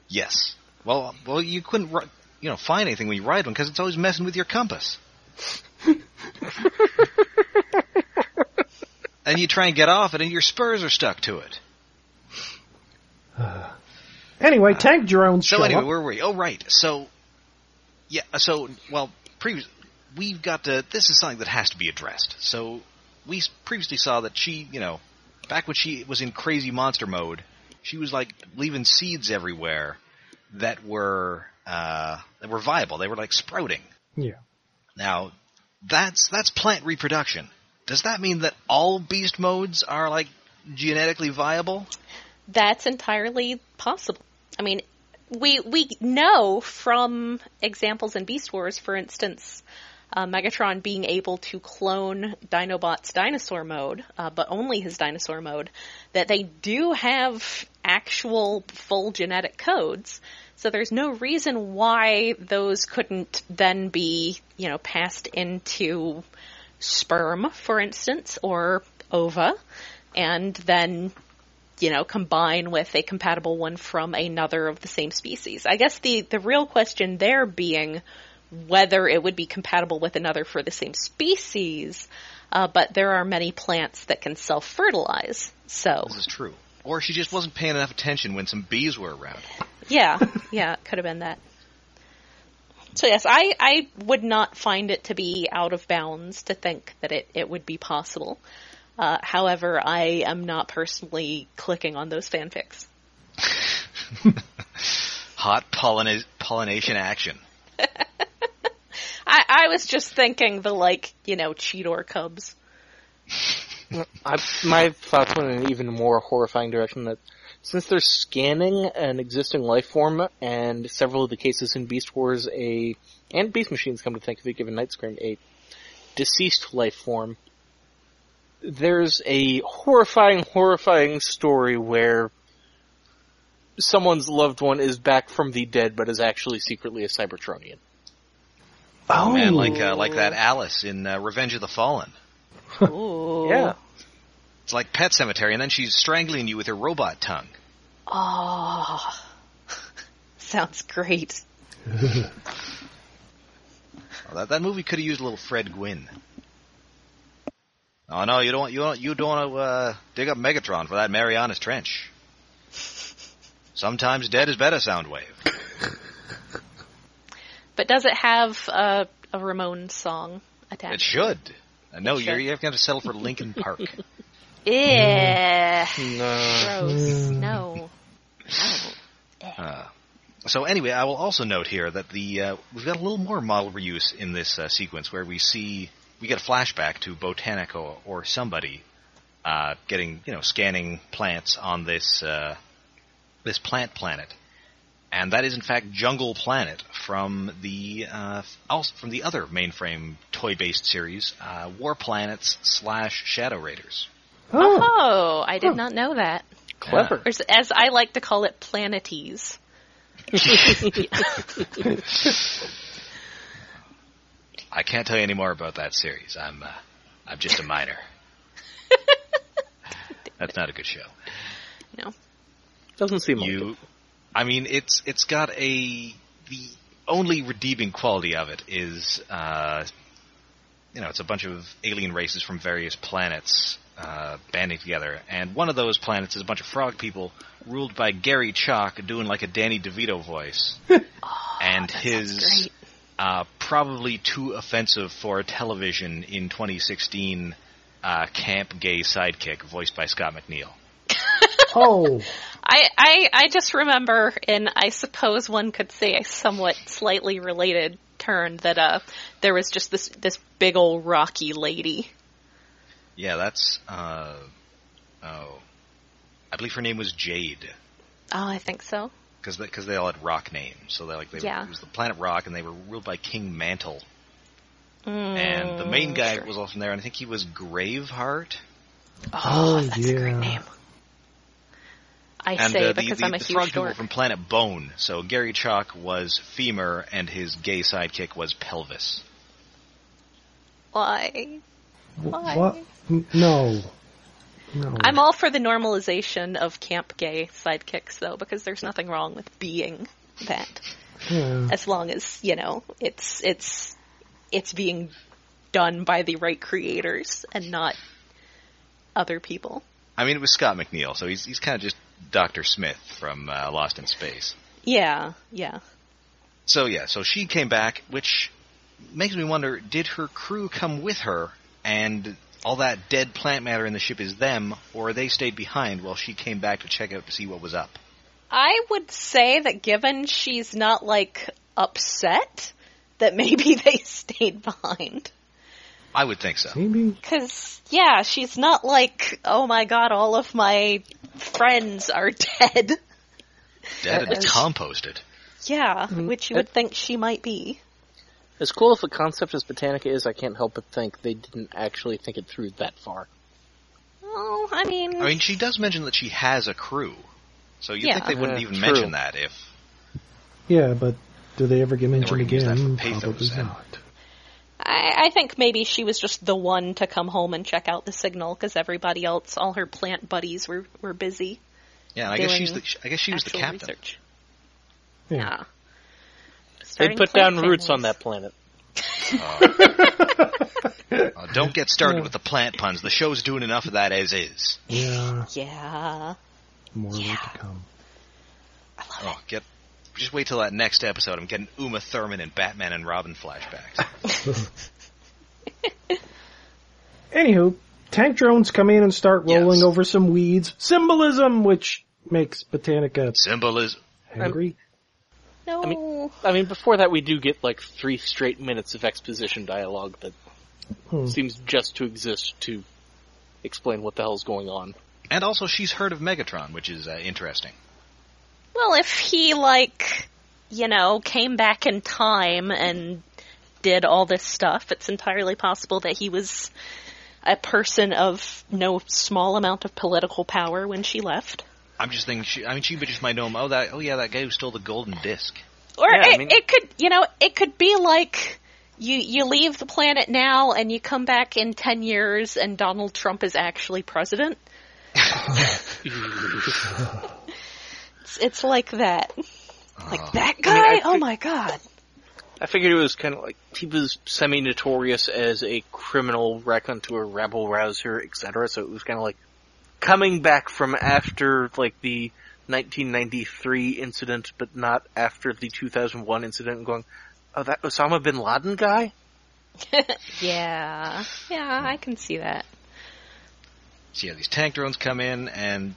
A: Yes. Well, well, you couldn't, ri- you know, find anything when you ride one because it's always messing with your compass. and you try and get off it, and your spurs are stuck to it.
D: Anyway, tank drones
A: So
D: show
A: anyway,
D: up.
A: where were we? Oh, right. So, yeah. So, well, previous, we've got to. This is something that has to be addressed. So, we s- previously saw that she, you know, back when she was in crazy monster mode, she was like leaving seeds everywhere that were uh, that were viable. They were like sprouting.
D: Yeah.
A: Now, that's that's plant reproduction. Does that mean that all beast modes are like genetically viable?
B: That's entirely possible. I mean, we we know from examples in Beast Wars, for instance, uh, Megatron being able to clone Dinobot's dinosaur mode, uh, but only his dinosaur mode, that they do have actual full genetic codes. So there's no reason why those couldn't then be, you know, passed into sperm, for instance, or ova, and then you know, combine with a compatible one from another of the same species. I guess the, the real question there being whether it would be compatible with another for the same species, uh, but there are many plants that can self fertilize. So,
A: This is true. Or she just wasn't paying enough attention when some bees were around.
B: yeah, yeah, it could have been that. So, yes, I, I would not find it to be out of bounds to think that it, it would be possible. Uh, however, I am not personally clicking on those fanfics.
A: Hot pollina- pollination action.
B: I, I was just thinking the like, you know, Cheetor Cubs.
C: I, my thoughts went in an even more horrifying direction that since they're scanning an existing life form and several of the cases in Beast Wars a and Beast Machines come to think of it given Night Scream a deceased life form, there's a horrifying, horrifying story where someone's loved one is back from the dead but is actually secretly a Cybertronian.
A: Oh, man,
D: Oh.
A: like uh, like that Alice in uh, Revenge of the Fallen.
B: Ooh.
A: It's like Pet Cemetery, and then she's strangling you with her robot tongue.
B: Oh. Sounds great.
A: Well, that, that movie could have used a little Fred Gwynn. Oh no, you don't want you don't you don't want to uh, dig up Megatron for that Marianas Trench. Sometimes dead is better, Soundwave.
B: But does it have a, a Ramon song
A: It
B: attached?
A: should. Uh, no,
B: It
A: you're
B: should.
A: you're going to settle for Lincoln Park.
B: Yeah.
C: Mm. No.
B: Gross. No.
A: Uh, so anyway, I will also note here that the uh, we've got a little more model reuse in this uh, sequence where we see we get a flashback to Botanico or somebody uh, getting you know scanning plants on this uh, this plant planet, and that is in fact Jungle Planet from the uh, also from the other mainframe toy based series uh, War Planets slash Shadow Raiders.
D: Oh.
B: Oh, I did not know that.
C: Clever.
B: Or as- as I like to call it, planetes.
A: I can't tell you any more about that series. I'm uh, I'm just a minor. That's not a good show.
B: No.
C: Doesn't seem like it.
A: You, I mean, it's it's got a the only redeeming quality of it is, uh, you know, it's a bunch of alien races from various planets uh, banding together, and one of those planets is a bunch of frog people ruled by Gary Chalk doing like a Danny DeVito voice, and his
B: great.
A: uh, probably too offensive for television in 2016 uh, camp gay sidekick voiced by Scott McNeil.
D: Oh,
B: I, I I just remember, and I suppose one could say a somewhat slightly related turn that uh there was just this this big old rocky lady.
A: Yeah, that's uh, oh, I believe her name was Jade.
B: Oh, I think so.
A: because because they, all had rock names. So they like they
B: Yeah.
A: it was the planet Rock, and they were ruled by King Mantle.
B: Mm,
A: and the main guy
B: sure.
A: was often there, and I think he was Graveheart.
D: Oh,
B: that's a great
D: yeah.
B: name. I
A: and
B: say
A: uh, the,
B: because
A: the,
B: I'm a
A: the frog
B: huge
A: people were
B: dork.
A: from Planet Bone. So Gary Chalk was Femur, and his gay sidekick was Pelvis.
B: Why? Why?
D: what? N- No, no.
B: I'm all for the normalization of camp gay sidekicks, though, because there's nothing wrong with being that,
D: Yeah.
B: as long as you know it's it's it's being done by the right creators and not other people.
A: I mean, it was Scott McNeil, so he's he's kind of just Doctor Smith from uh, Lost in Space.
B: Yeah, yeah.
A: So yeah, so she came back, which makes me wonder: did her crew come with her, and all that dead plant matter in the ship is them, or they stayed behind while she came back to check out to see what was up?
B: I would say that given she's not like upset, that maybe they stayed behind.
A: I would think so.
D: Maybe.
B: Cause yeah, she's not like, oh my god, all of my friends are dead.
A: Dead and
C: Yes.
A: composted.
B: Yeah, which you would
C: it-
B: think she might be.
C: As cool of a concept as Botanica is, I can't help but think they didn't actually think it through that far.
B: Oh, I mean,
A: I mean, she does mention that she has a crew, so you would
B: Yeah.
A: think they wouldn't
C: Yeah,
A: even
C: true.
A: mention that if
D: Yeah, but do they ever get
A: we're
D: mentioned
A: gonna use that
D: again?
A: for pathos
D: Probably
A: then.
D: not.
B: I, I think maybe she was just the one to come home and check out the signal because everybody else, all her plant buddies, were were busy.
A: yeah. and I guess
B: Doing
A: she's the, I guess she was the
B: actual
A: captain.
B: Research.
D: Yeah.
B: Yeah.
C: They
B: Starting
C: put down
B: plant
C: roots on
B: families.
C: that planet.
A: Uh, don't get started
D: Yeah.
A: with the plant puns. The show's doing enough of that as is.
D: Yeah,
B: Yeah.
D: more
B: Yeah.
D: to come.
A: Oh, get just wait till that next episode. I'm getting Uma Thurman and Batman and Robin flashbacks.
D: Anywho, tank drones come in and start rolling
A: Yes.
D: over some weeds. Symbolism, which makes Botanica
A: Symbolism.
D: angry.
B: No.
C: I mean, before that, we do get like three straight minutes of exposition dialogue that
D: Hmm.
C: seems just to exist to explain what the hell's going on.
A: And also, she's heard of Megatron, which is uh, interesting.
B: Well, if he like, you know, came back in time and did all this stuff, it's entirely possible that he was a person of no small amount of political power when she left.
A: I'm just thinking. She, I mean, she just might know him. Oh, that. Oh, yeah, that guy who stole the golden disc.
B: Or
C: Yeah, I
B: it,
C: mean-
B: it could, you know, it could be like you you leave the planet now and you come back in 10 years and Donald Trump is actually president. it's, it's like that. Like that guy?
C: Uh, I
B: oh
C: could-
B: my god.
C: I figured it was kind of like he was semi-notorious as a criminal raconteur, rabble rouser, etc. So it was kind of like coming back from after like the 1993 incident, but not after the 2001 incident, and going, "Oh, that Osama bin Laden guy."
B: Yeah. Yeah, I can see that.
A: So yeah, these tank drones come in, and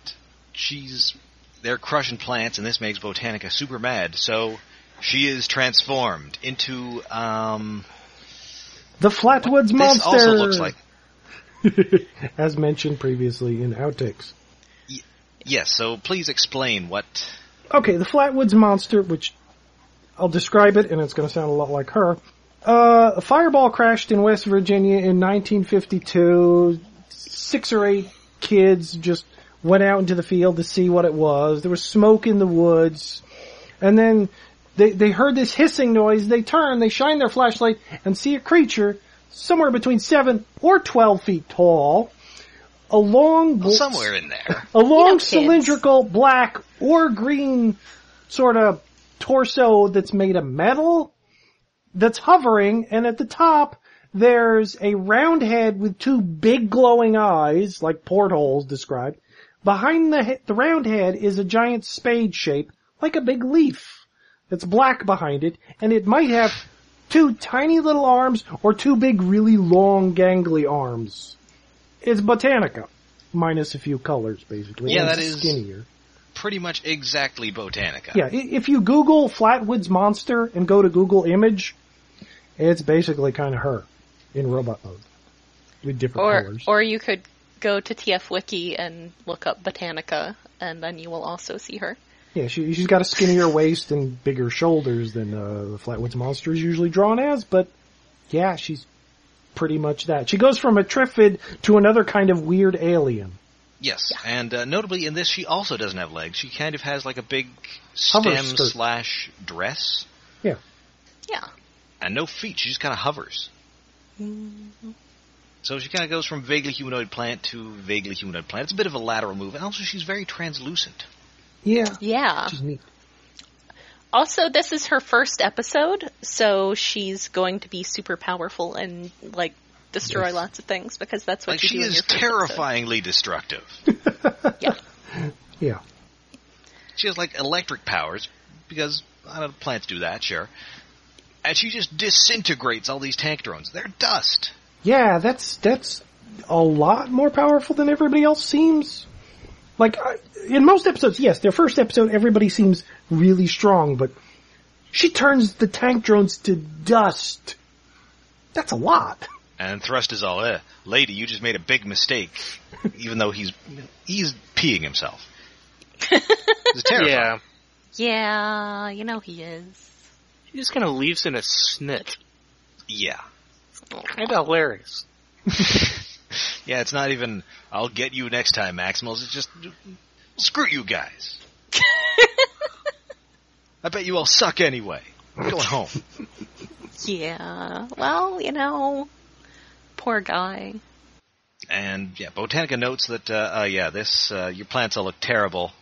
A: she's they're crushing plants, and this makes Botanica super mad. So she is transformed into um.
D: The Flatwoods
A: This
D: monster.
A: also looks like
D: as mentioned previously in outtakes.
A: yes. So please explain what.
D: Okay, the Flatwoods monster, which I'll describe it, and it's going to sound a lot like her. Uh, a fireball crashed in West Virginia in 1952. Six or eight kids just went out into the field to see what it was. There was smoke in the woods, and then they they heard this hissing noise. They turn, they shine their flashlight, and see a creature somewhere between seven or twelve feet tall. A long, bl-
A: Somewhere in there.
D: a long
B: kids.
D: cylindrical black or green sort of torso that's made of metal that's hovering and at the top There's a round head with two big glowing eyes, like portholes described. Behind the he- the round head is a giant spade shape, like a big leaf. It's black behind it, and it might have two tiny little arms or two big, really long, gangly arms. It's Botanica, minus a few colors, basically.
A: Yeah,
D: and
A: that is-
D: skinnier.
A: Pretty much exactly Botanica.
D: Yeah, i- if you Google Flatwoods monster and go to Google image, it's basically kind of her in robot mode with different
B: Or
D: colors.
B: or you could go to TF Wiki and look up Botanica, and then you will also see her.
D: yeah, she, she's got a skinnier waist and bigger shoulders than uh, the Flatwoods monster is usually drawn as, but yeah, she's pretty much that. She goes from a Trifid to another kind of weird alien.
A: Yes, and uh, notably in this, she also doesn't have legs. She kind of has like a big
D: Hover
A: stem
D: skirt.
A: slash dress,
B: Yeah.
A: and no feet. She just kind of hovers. So she kind of goes from vaguely humanoid plant to vaguely humanoid plant. It's a bit of a lateral move, and also she's very translucent.
D: Yeah,
B: Yeah.
D: she's neat.
B: Also, this is her first episode, so she's going to be super powerful and like destroy
D: Yes.
B: lots of things because that's what
A: like
B: you
A: she
B: do. in
A: is
B: your first
A: terrifyingly destructive.
D: Yeah,
A: She has like electric powers because I don't know, plants do that, sure. And she just disintegrates all these tank drones. They're dust.
D: yeah, that's that's a lot more powerful than everybody else seems. Like I, in most episodes, yes, their first episode, everybody seems really strong, but she turns the tank drones to dust. That's a lot.
A: And Thrust is all, eh, lady, you just made a big mistake. Even though he's he's peeing himself. It's terrifying.
C: Yeah.
B: episode. Yeah, you know he is.
C: He just kind of leaves in a snit.
A: Yeah.
C: Kind of hilarious.
A: Yeah, it's not even, I'll get you next time, Maximals. It's just, screw you guys. I bet you all suck anyway. I'm going home.
B: Yeah. Well, you know, poor guy.
A: And yeah, Botanica notes that uh, uh, yeah, this uh, your plants all look terrible,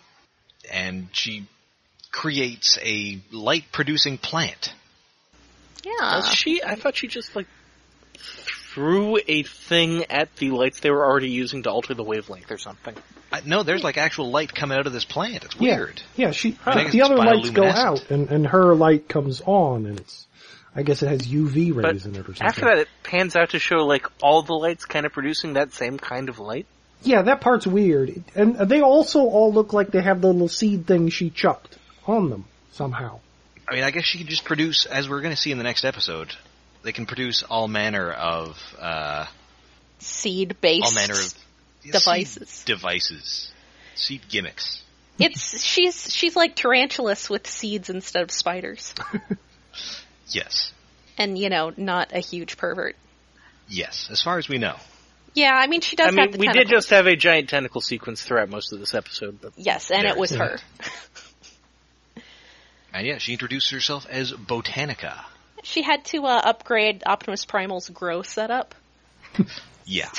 A: and she creates a light-producing plant.
B: Yeah.
C: Does she? I thought she just like threw a thing at the lights they were already using to alter the wavelength or something.
A: I, no, there's like actual light coming out of this plant. It's
D: Yeah.
A: weird.
D: Yeah, she
A: I think
D: the
A: it's
D: other lights go
A: bioluminescent.
D: out, and and her light comes on, and it's I guess it has UV rays in it or something.
C: After that, it pans out to show like all the lights kind of producing that same kind of light.
D: Yeah, that part's weird. And they also all look like they have the little seed thing she chucked on them somehow.
A: I mean, I guess she can just produce, as we're going to see in the next episode, they can produce all manner of uh,
B: Seed based.
A: all manner of seed
B: Devices.
A: devices, seed gimmicks.
B: It's she's she's like tarantulas with seeds instead of spiders,
A: Yes,
B: and you know, not a huge pervert.
A: yes. As far as we know,
B: Yeah, I mean, she does
C: I mean,
B: have the
C: we did
B: tentacles.
C: just have a giant tentacle sequence throughout most of this episode, but
B: yes, and
A: There
B: it was
A: is
B: her.
A: and yeah, she introduced herself as Botanica.
B: She had to uh, upgrade Optimus Primal's grow setup.
A: Yeah.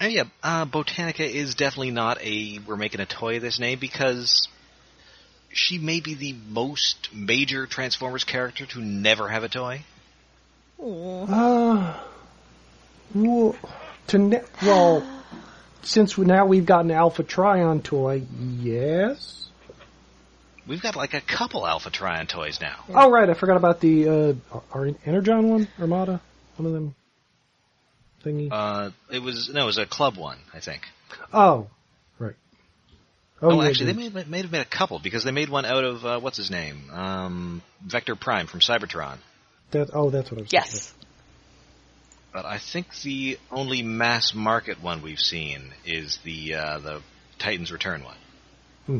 A: and yeah, uh, Botanica is definitely not a we're making a toy of this name because she may be the most major Transformers character to never have a toy.
B: Aw.
D: Uh, well, to ne- well, since now we've got an Alpha Trion toy, yes.
A: We've got like a couple Alpha Trion toys now.
D: Oh, right, I forgot about the uh, our Energon one, Armada, one of them thingy.
A: Uh, it was no, it was a club one, I think.
D: oh, right.
A: Oh,
D: yeah,
A: actually,
D: dude.
A: they may, may have made a couple because they made one out of uh, what's his name, um, Vector Prime from Cybertron.
D: That, oh, that's what I was. thinking
B: yes.
A: But I think the only mass market one we've seen is the uh, the Titans Return one.
D: Hmm.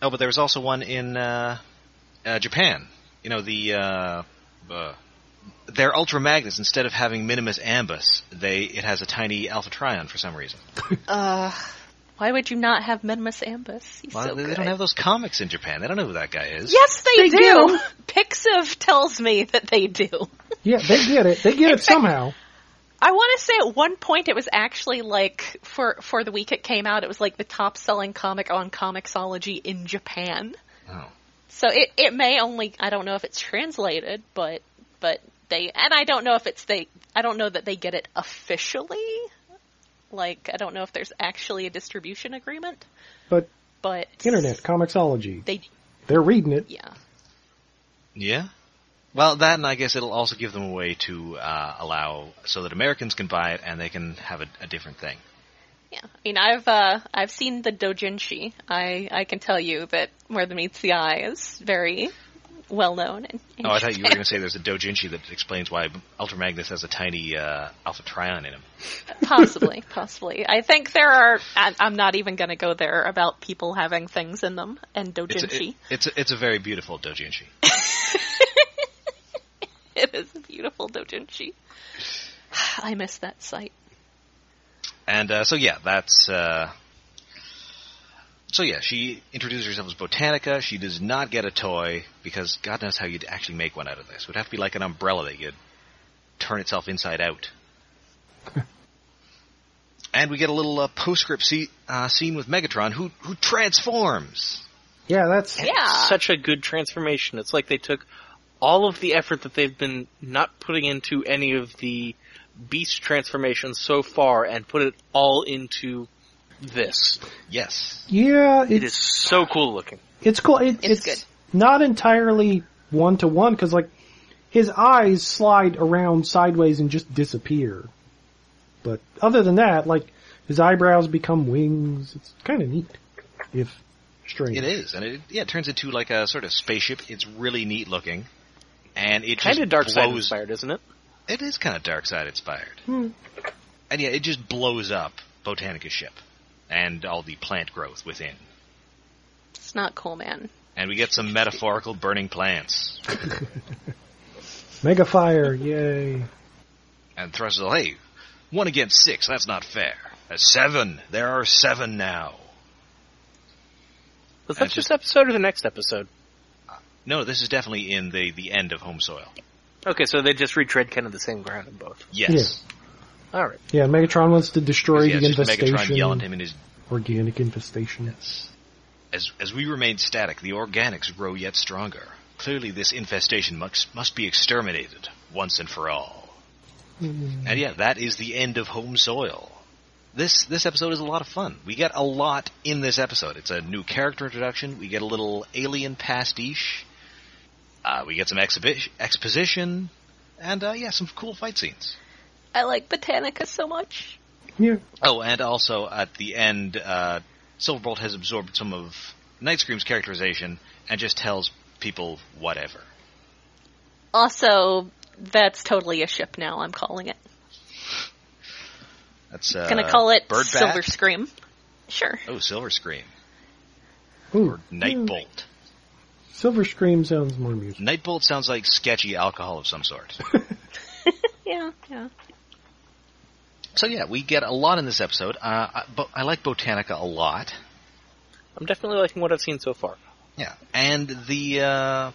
A: Oh, but there was also one in uh, uh, Japan. You know the uh, uh, their Ultra Magnus instead of having Minimus Ambus, they it has a tiny Alpha Trion for some reason.
B: Uh, why would you not have Minimus Ambus? He's
A: Well,
B: so
A: they, they
B: good.
A: don't have those comics in Japan. They don't know who that guy is.
B: yes, they,
D: They
B: do.
D: do.
B: Pixiv tells me that they do.
D: Yeah, they get it. They get it somehow.
B: I want to say at one point it was actually like for for the week it came out, it was like the top selling comic on Comixology in Japan.
A: Oh.
B: So it it may only I don't know if it's translated, but but they, and I don't know if it's they, I don't know that they get it officially. Like, I don't know if there's actually a distribution agreement,
D: But
B: but
D: internet comicsology,
B: they,
D: they're reading it.
B: yeah,
A: Yeah. Well, that, and I guess it'll also give them a way to uh, allow so that Americans can buy it and they can have a, a different thing.
B: yeah. I mean, I've uh, I've seen the doujinshi. I I can tell you that more than meets the eye is very well known. And,
A: Oh, I thought you were going to say there's a doujinshi that explains why Ultramagnus has a tiny uh, Alpha Trion in him.
B: possibly, possibly. I think there are. I, I'm not even going to go there about people having things in them and
A: It's a,
B: doujinshi.
A: it- it's a, it's a very beautiful doujinshi.
B: it is a beautiful doujinshi. I miss that site.
A: And uh, so yeah, that's uh, so yeah. She introduces herself as Botanica. She does not get a toy because God knows how you'd actually make one out of this. It would have to be like an umbrella that you'd turn itself inside out. and we get a little uh, postscript se- uh, scene with Megatron, who who transforms.
D: Yeah, that's
B: Yeah.
C: Such a good transformation. It's like they took all of the effort that they've been not putting into any of the beast transformations so far and put it all into this.
A: Yes,
D: yeah.
C: It
D: It's
C: is so cool looking.
D: it's cool. It,
B: It's
D: it's not entirely one to one because like his eyes slide around sideways and just disappear. But other than that, like his eyebrows become wings. It's kind of neat, if strange.
A: it is, and it yeah it turns into like a sort of spaceship. It's really neat looking, and it
C: Kind
A: just
C: of dark side
A: blows-
C: inspired, isn't it?
A: It is kind of dark side inspired. And yeah, it just blows up Botanica's ship and all the plant growth within.
B: It's not cool, man.
A: And we get some metaphorical burning plants.
D: Mega fire, yay!
A: And Thrush is like, hey, one against six, that's not fair. That's seven. There are seven now.
C: Was
A: I
C: that this episode or the next episode?
A: No, this is definitely in the, the end of Home Soil.
C: Okay, so they just retread kind of the same ground in both.
A: Yes.
C: All right.
D: Yeah, Megatron wants to destroy
A: Yeah,
D: the
A: it's just Megatron yelling at
D: infestation,
A: him in his
D: organic infestation.
A: As, as we remain static, the organics grow yet stronger. Clearly, this infestation must, must be exterminated once and for all. And yeah, that is the end of Home Soil. This this episode is a lot of fun. We get a lot in this episode. It's a new character introduction. We get a little alien pastiche. Uh, we get some exhibi- exposition, and uh, yeah, some cool fight scenes.
B: I like Botanica so much.
D: Yeah,
A: Oh, and also at the end, uh, Silverbolt has absorbed some of Night Scream's characterization and just tells people whatever.
B: Also, that's totally a ship now. I'm calling it.
A: That's uh,
B: Gonna call it
A: Birdbat.
B: Silver Scream. Sure.
A: Oh, Silver Scream
D: Ooh,
A: or Night
D: yeah.
A: Bolt.
D: Silver Scream sounds more musical.
A: Night Bolt sounds like sketchy alcohol of some sort.
B: Yeah, yeah.
A: so yeah, we get a lot in this episode. Uh, I, but I like Botanica a lot.
C: I'm definitely liking what I've seen so far.
A: Yeah, and the uh,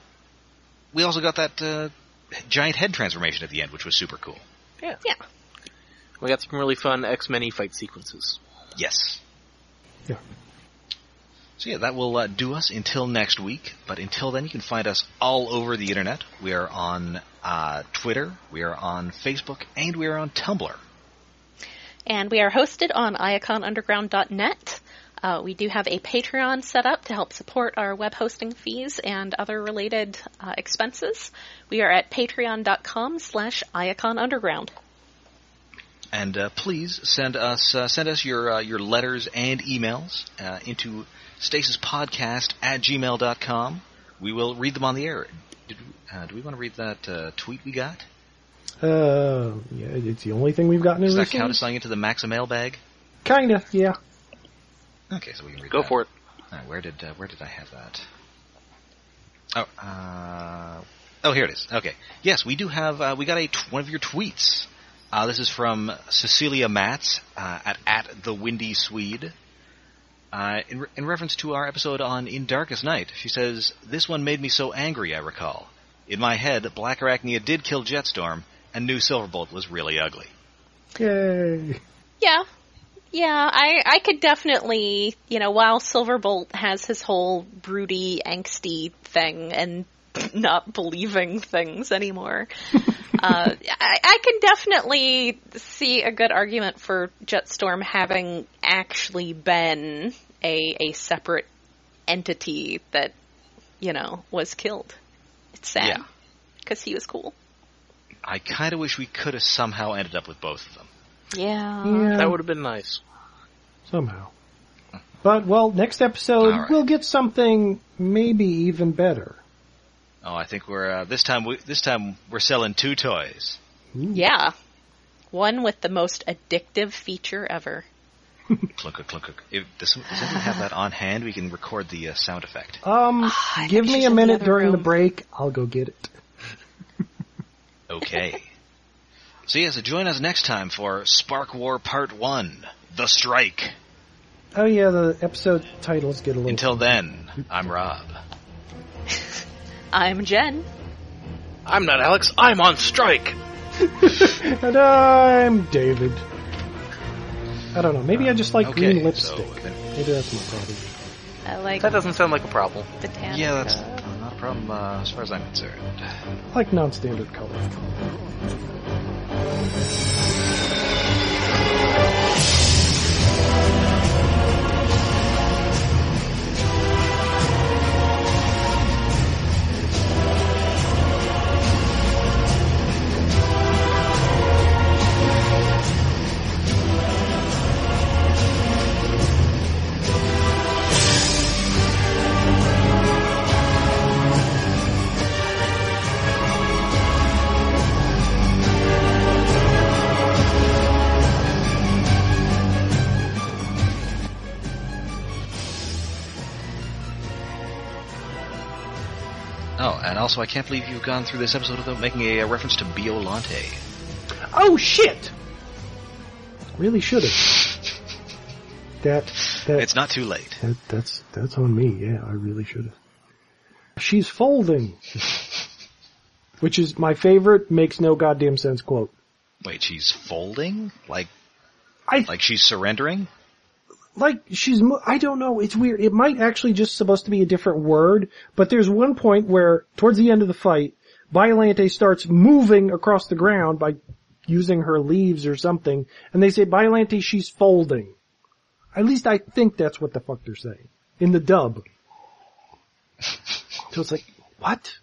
A: we also got that uh, giant head transformation at the end, which was super cool.
B: Yeah.
C: We got some really fun X-Men fight sequences.
A: Yes.
D: Yeah.
A: So yeah, that will uh, do us until next week. But until then, you can find us all over the internet. We are on uh, Twitter, we are on Facebook, and we are on Tumblr.
B: And we are hosted on iaconunderground.net. Uh, we do have a Patreon set up to help support our web hosting fees and other related uh, expenses. We are at patreon.com slash iaconunderground.
A: And uh, please send us uh, send us your uh, your letters and emails uh, into stasispodcast at gmail.com. We will read them on the air. Did, uh, do we want to read that uh, tweet we got?
D: Uh, yeah, it's the only thing we've gotten in
A: Does that count
D: recently.
A: as signing into the Maxa mailbag?
D: Kinda, yeah.
A: Okay, so we can read
C: Go
A: that.
C: for it.
A: Uh, where did uh, where did I have that? Oh, uh, oh, here it is. Okay, yes, we do have. Uh, we got a t- one of your tweets. Uh, this is from Cecilia Matz uh, at at the Windy Swede. Uh, in, re- in reference to our episode on In Darkest Night, she says, This one made me so angry, I recall. In my head, Black Arachnia did kill Jetstorm, and New Silverbolt was really ugly.
D: Yay.
B: Yeah. Yeah, I, I could definitely, you know, while Silverbolt has his whole broody, angsty thing and not believing things anymore, uh, I, I can definitely see a good argument for Jetstorm having actually been a a separate entity that you know was killed. It's sad
A: Yeah.
B: because he was cool.
A: I kind of wish we could have somehow ended up with both of them.
B: Yeah.
D: Yeah.
C: That would have been nice.
D: somehow. But well, next episode
A: All right.
D: we'll get something maybe even better.
A: Oh, I think we're uh, this time. We, this time we're selling two toys.
B: Yeah. One with the most addictive feature ever.
A: Clunk, clunk, clunk. If, does, does anyone have that on hand? We can record the uh, sound effect.
D: Um,
B: Ah, I
D: give
B: think
D: me
B: she's
D: a
B: in the
D: minute
B: other
D: during the
B: room.
D: break. I'll go get it.
A: Okay. so yeah, so join us next time for Spark War Part One: The Strike.
D: Oh yeah, the episode titles get a little.
A: Until then, I'm Rob.
B: I'm Jen.
C: I'm not Alex. I'm on strike.
D: and I'm David. I don't know. Maybe I just like
A: okay,
D: green lipstick.
A: so then-
D: Maybe that's my problem.
B: I like
C: That doesn't sound like a problem.
B: the tan.
A: Yeah, that's not a problem uh, as far as I'm concerned.
D: I like non-standard color.
A: Oh, and also, I can't believe you've gone through this episode without making a, uh reference to Biolante.
D: Oh shit! Really should have. That that,
A: It's not too late.
D: that that's that's on me. Yeah, I really should have. She's folding, which is my favorite. Makes no goddamn sense. Quote.
A: Wait, she's folding? Like,
D: I
A: like she's surrendering?
D: like she's mo- I don't know, it's weird. It might actually just supposed to be a different word, but there's one point where towards the end of the fight, Biolante starts moving across the ground by using her leaves or something, and they say Biolante she's folding. At least I think that's what the fuck they're saying in the dub. so it's like, what?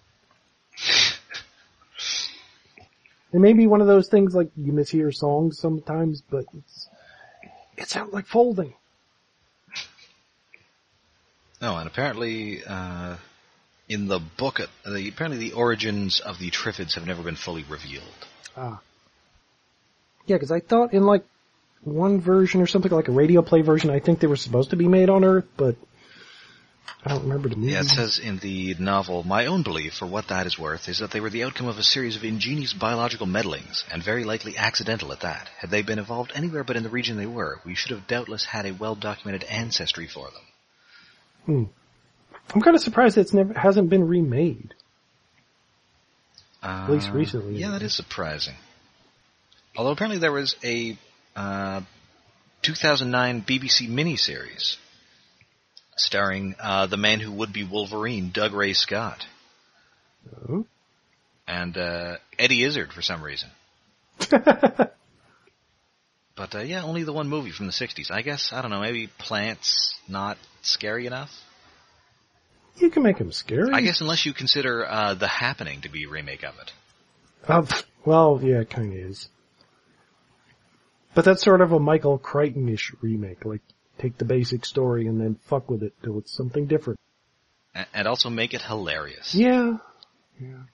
D: It may be one of those things like you mishear songs sometimes, but it's it sounds like folding.
A: No, and apparently, uh, in the book, uh, the, apparently the origins of the Triffids have never been fully revealed.
D: Ah. Yeah, because I thought in like one version or something, like a radio play version, I think they were supposed to be made on Earth, but I don't remember the movie.
A: Yeah, it says in the novel, my own belief, for what that is worth, is that they were the outcome of a series of ingenious biological meddlings, and very likely accidental at that. Had they been evolved anywhere but in the region they were, we should have doubtless had a well-documented ancestry for them.
D: I'm kind of surprised it's never hasn't been remade.
A: Uh,
D: least recently.
A: Yeah, that is surprising. Although apparently there was a uh, 2009 BBC miniseries starring uh, the man who would be Wolverine, Doug Ray Scott,
D: Oh.
A: and uh, Eddie Izzard for some reason. But uh, yeah, only the one movie from the 60s. I guess, I don't know, maybe plants not scary enough?
D: you can make them scary.
A: I guess unless you consider uh, The Happening to be a remake of it.
D: Uh, pff, well, yeah, it kind of is. But that's sort of a Michael Crichton-ish remake. Like, take the basic story and then fuck with it till it's something different.
A: A- And also make it hilarious.
D: Yeah. Yeah.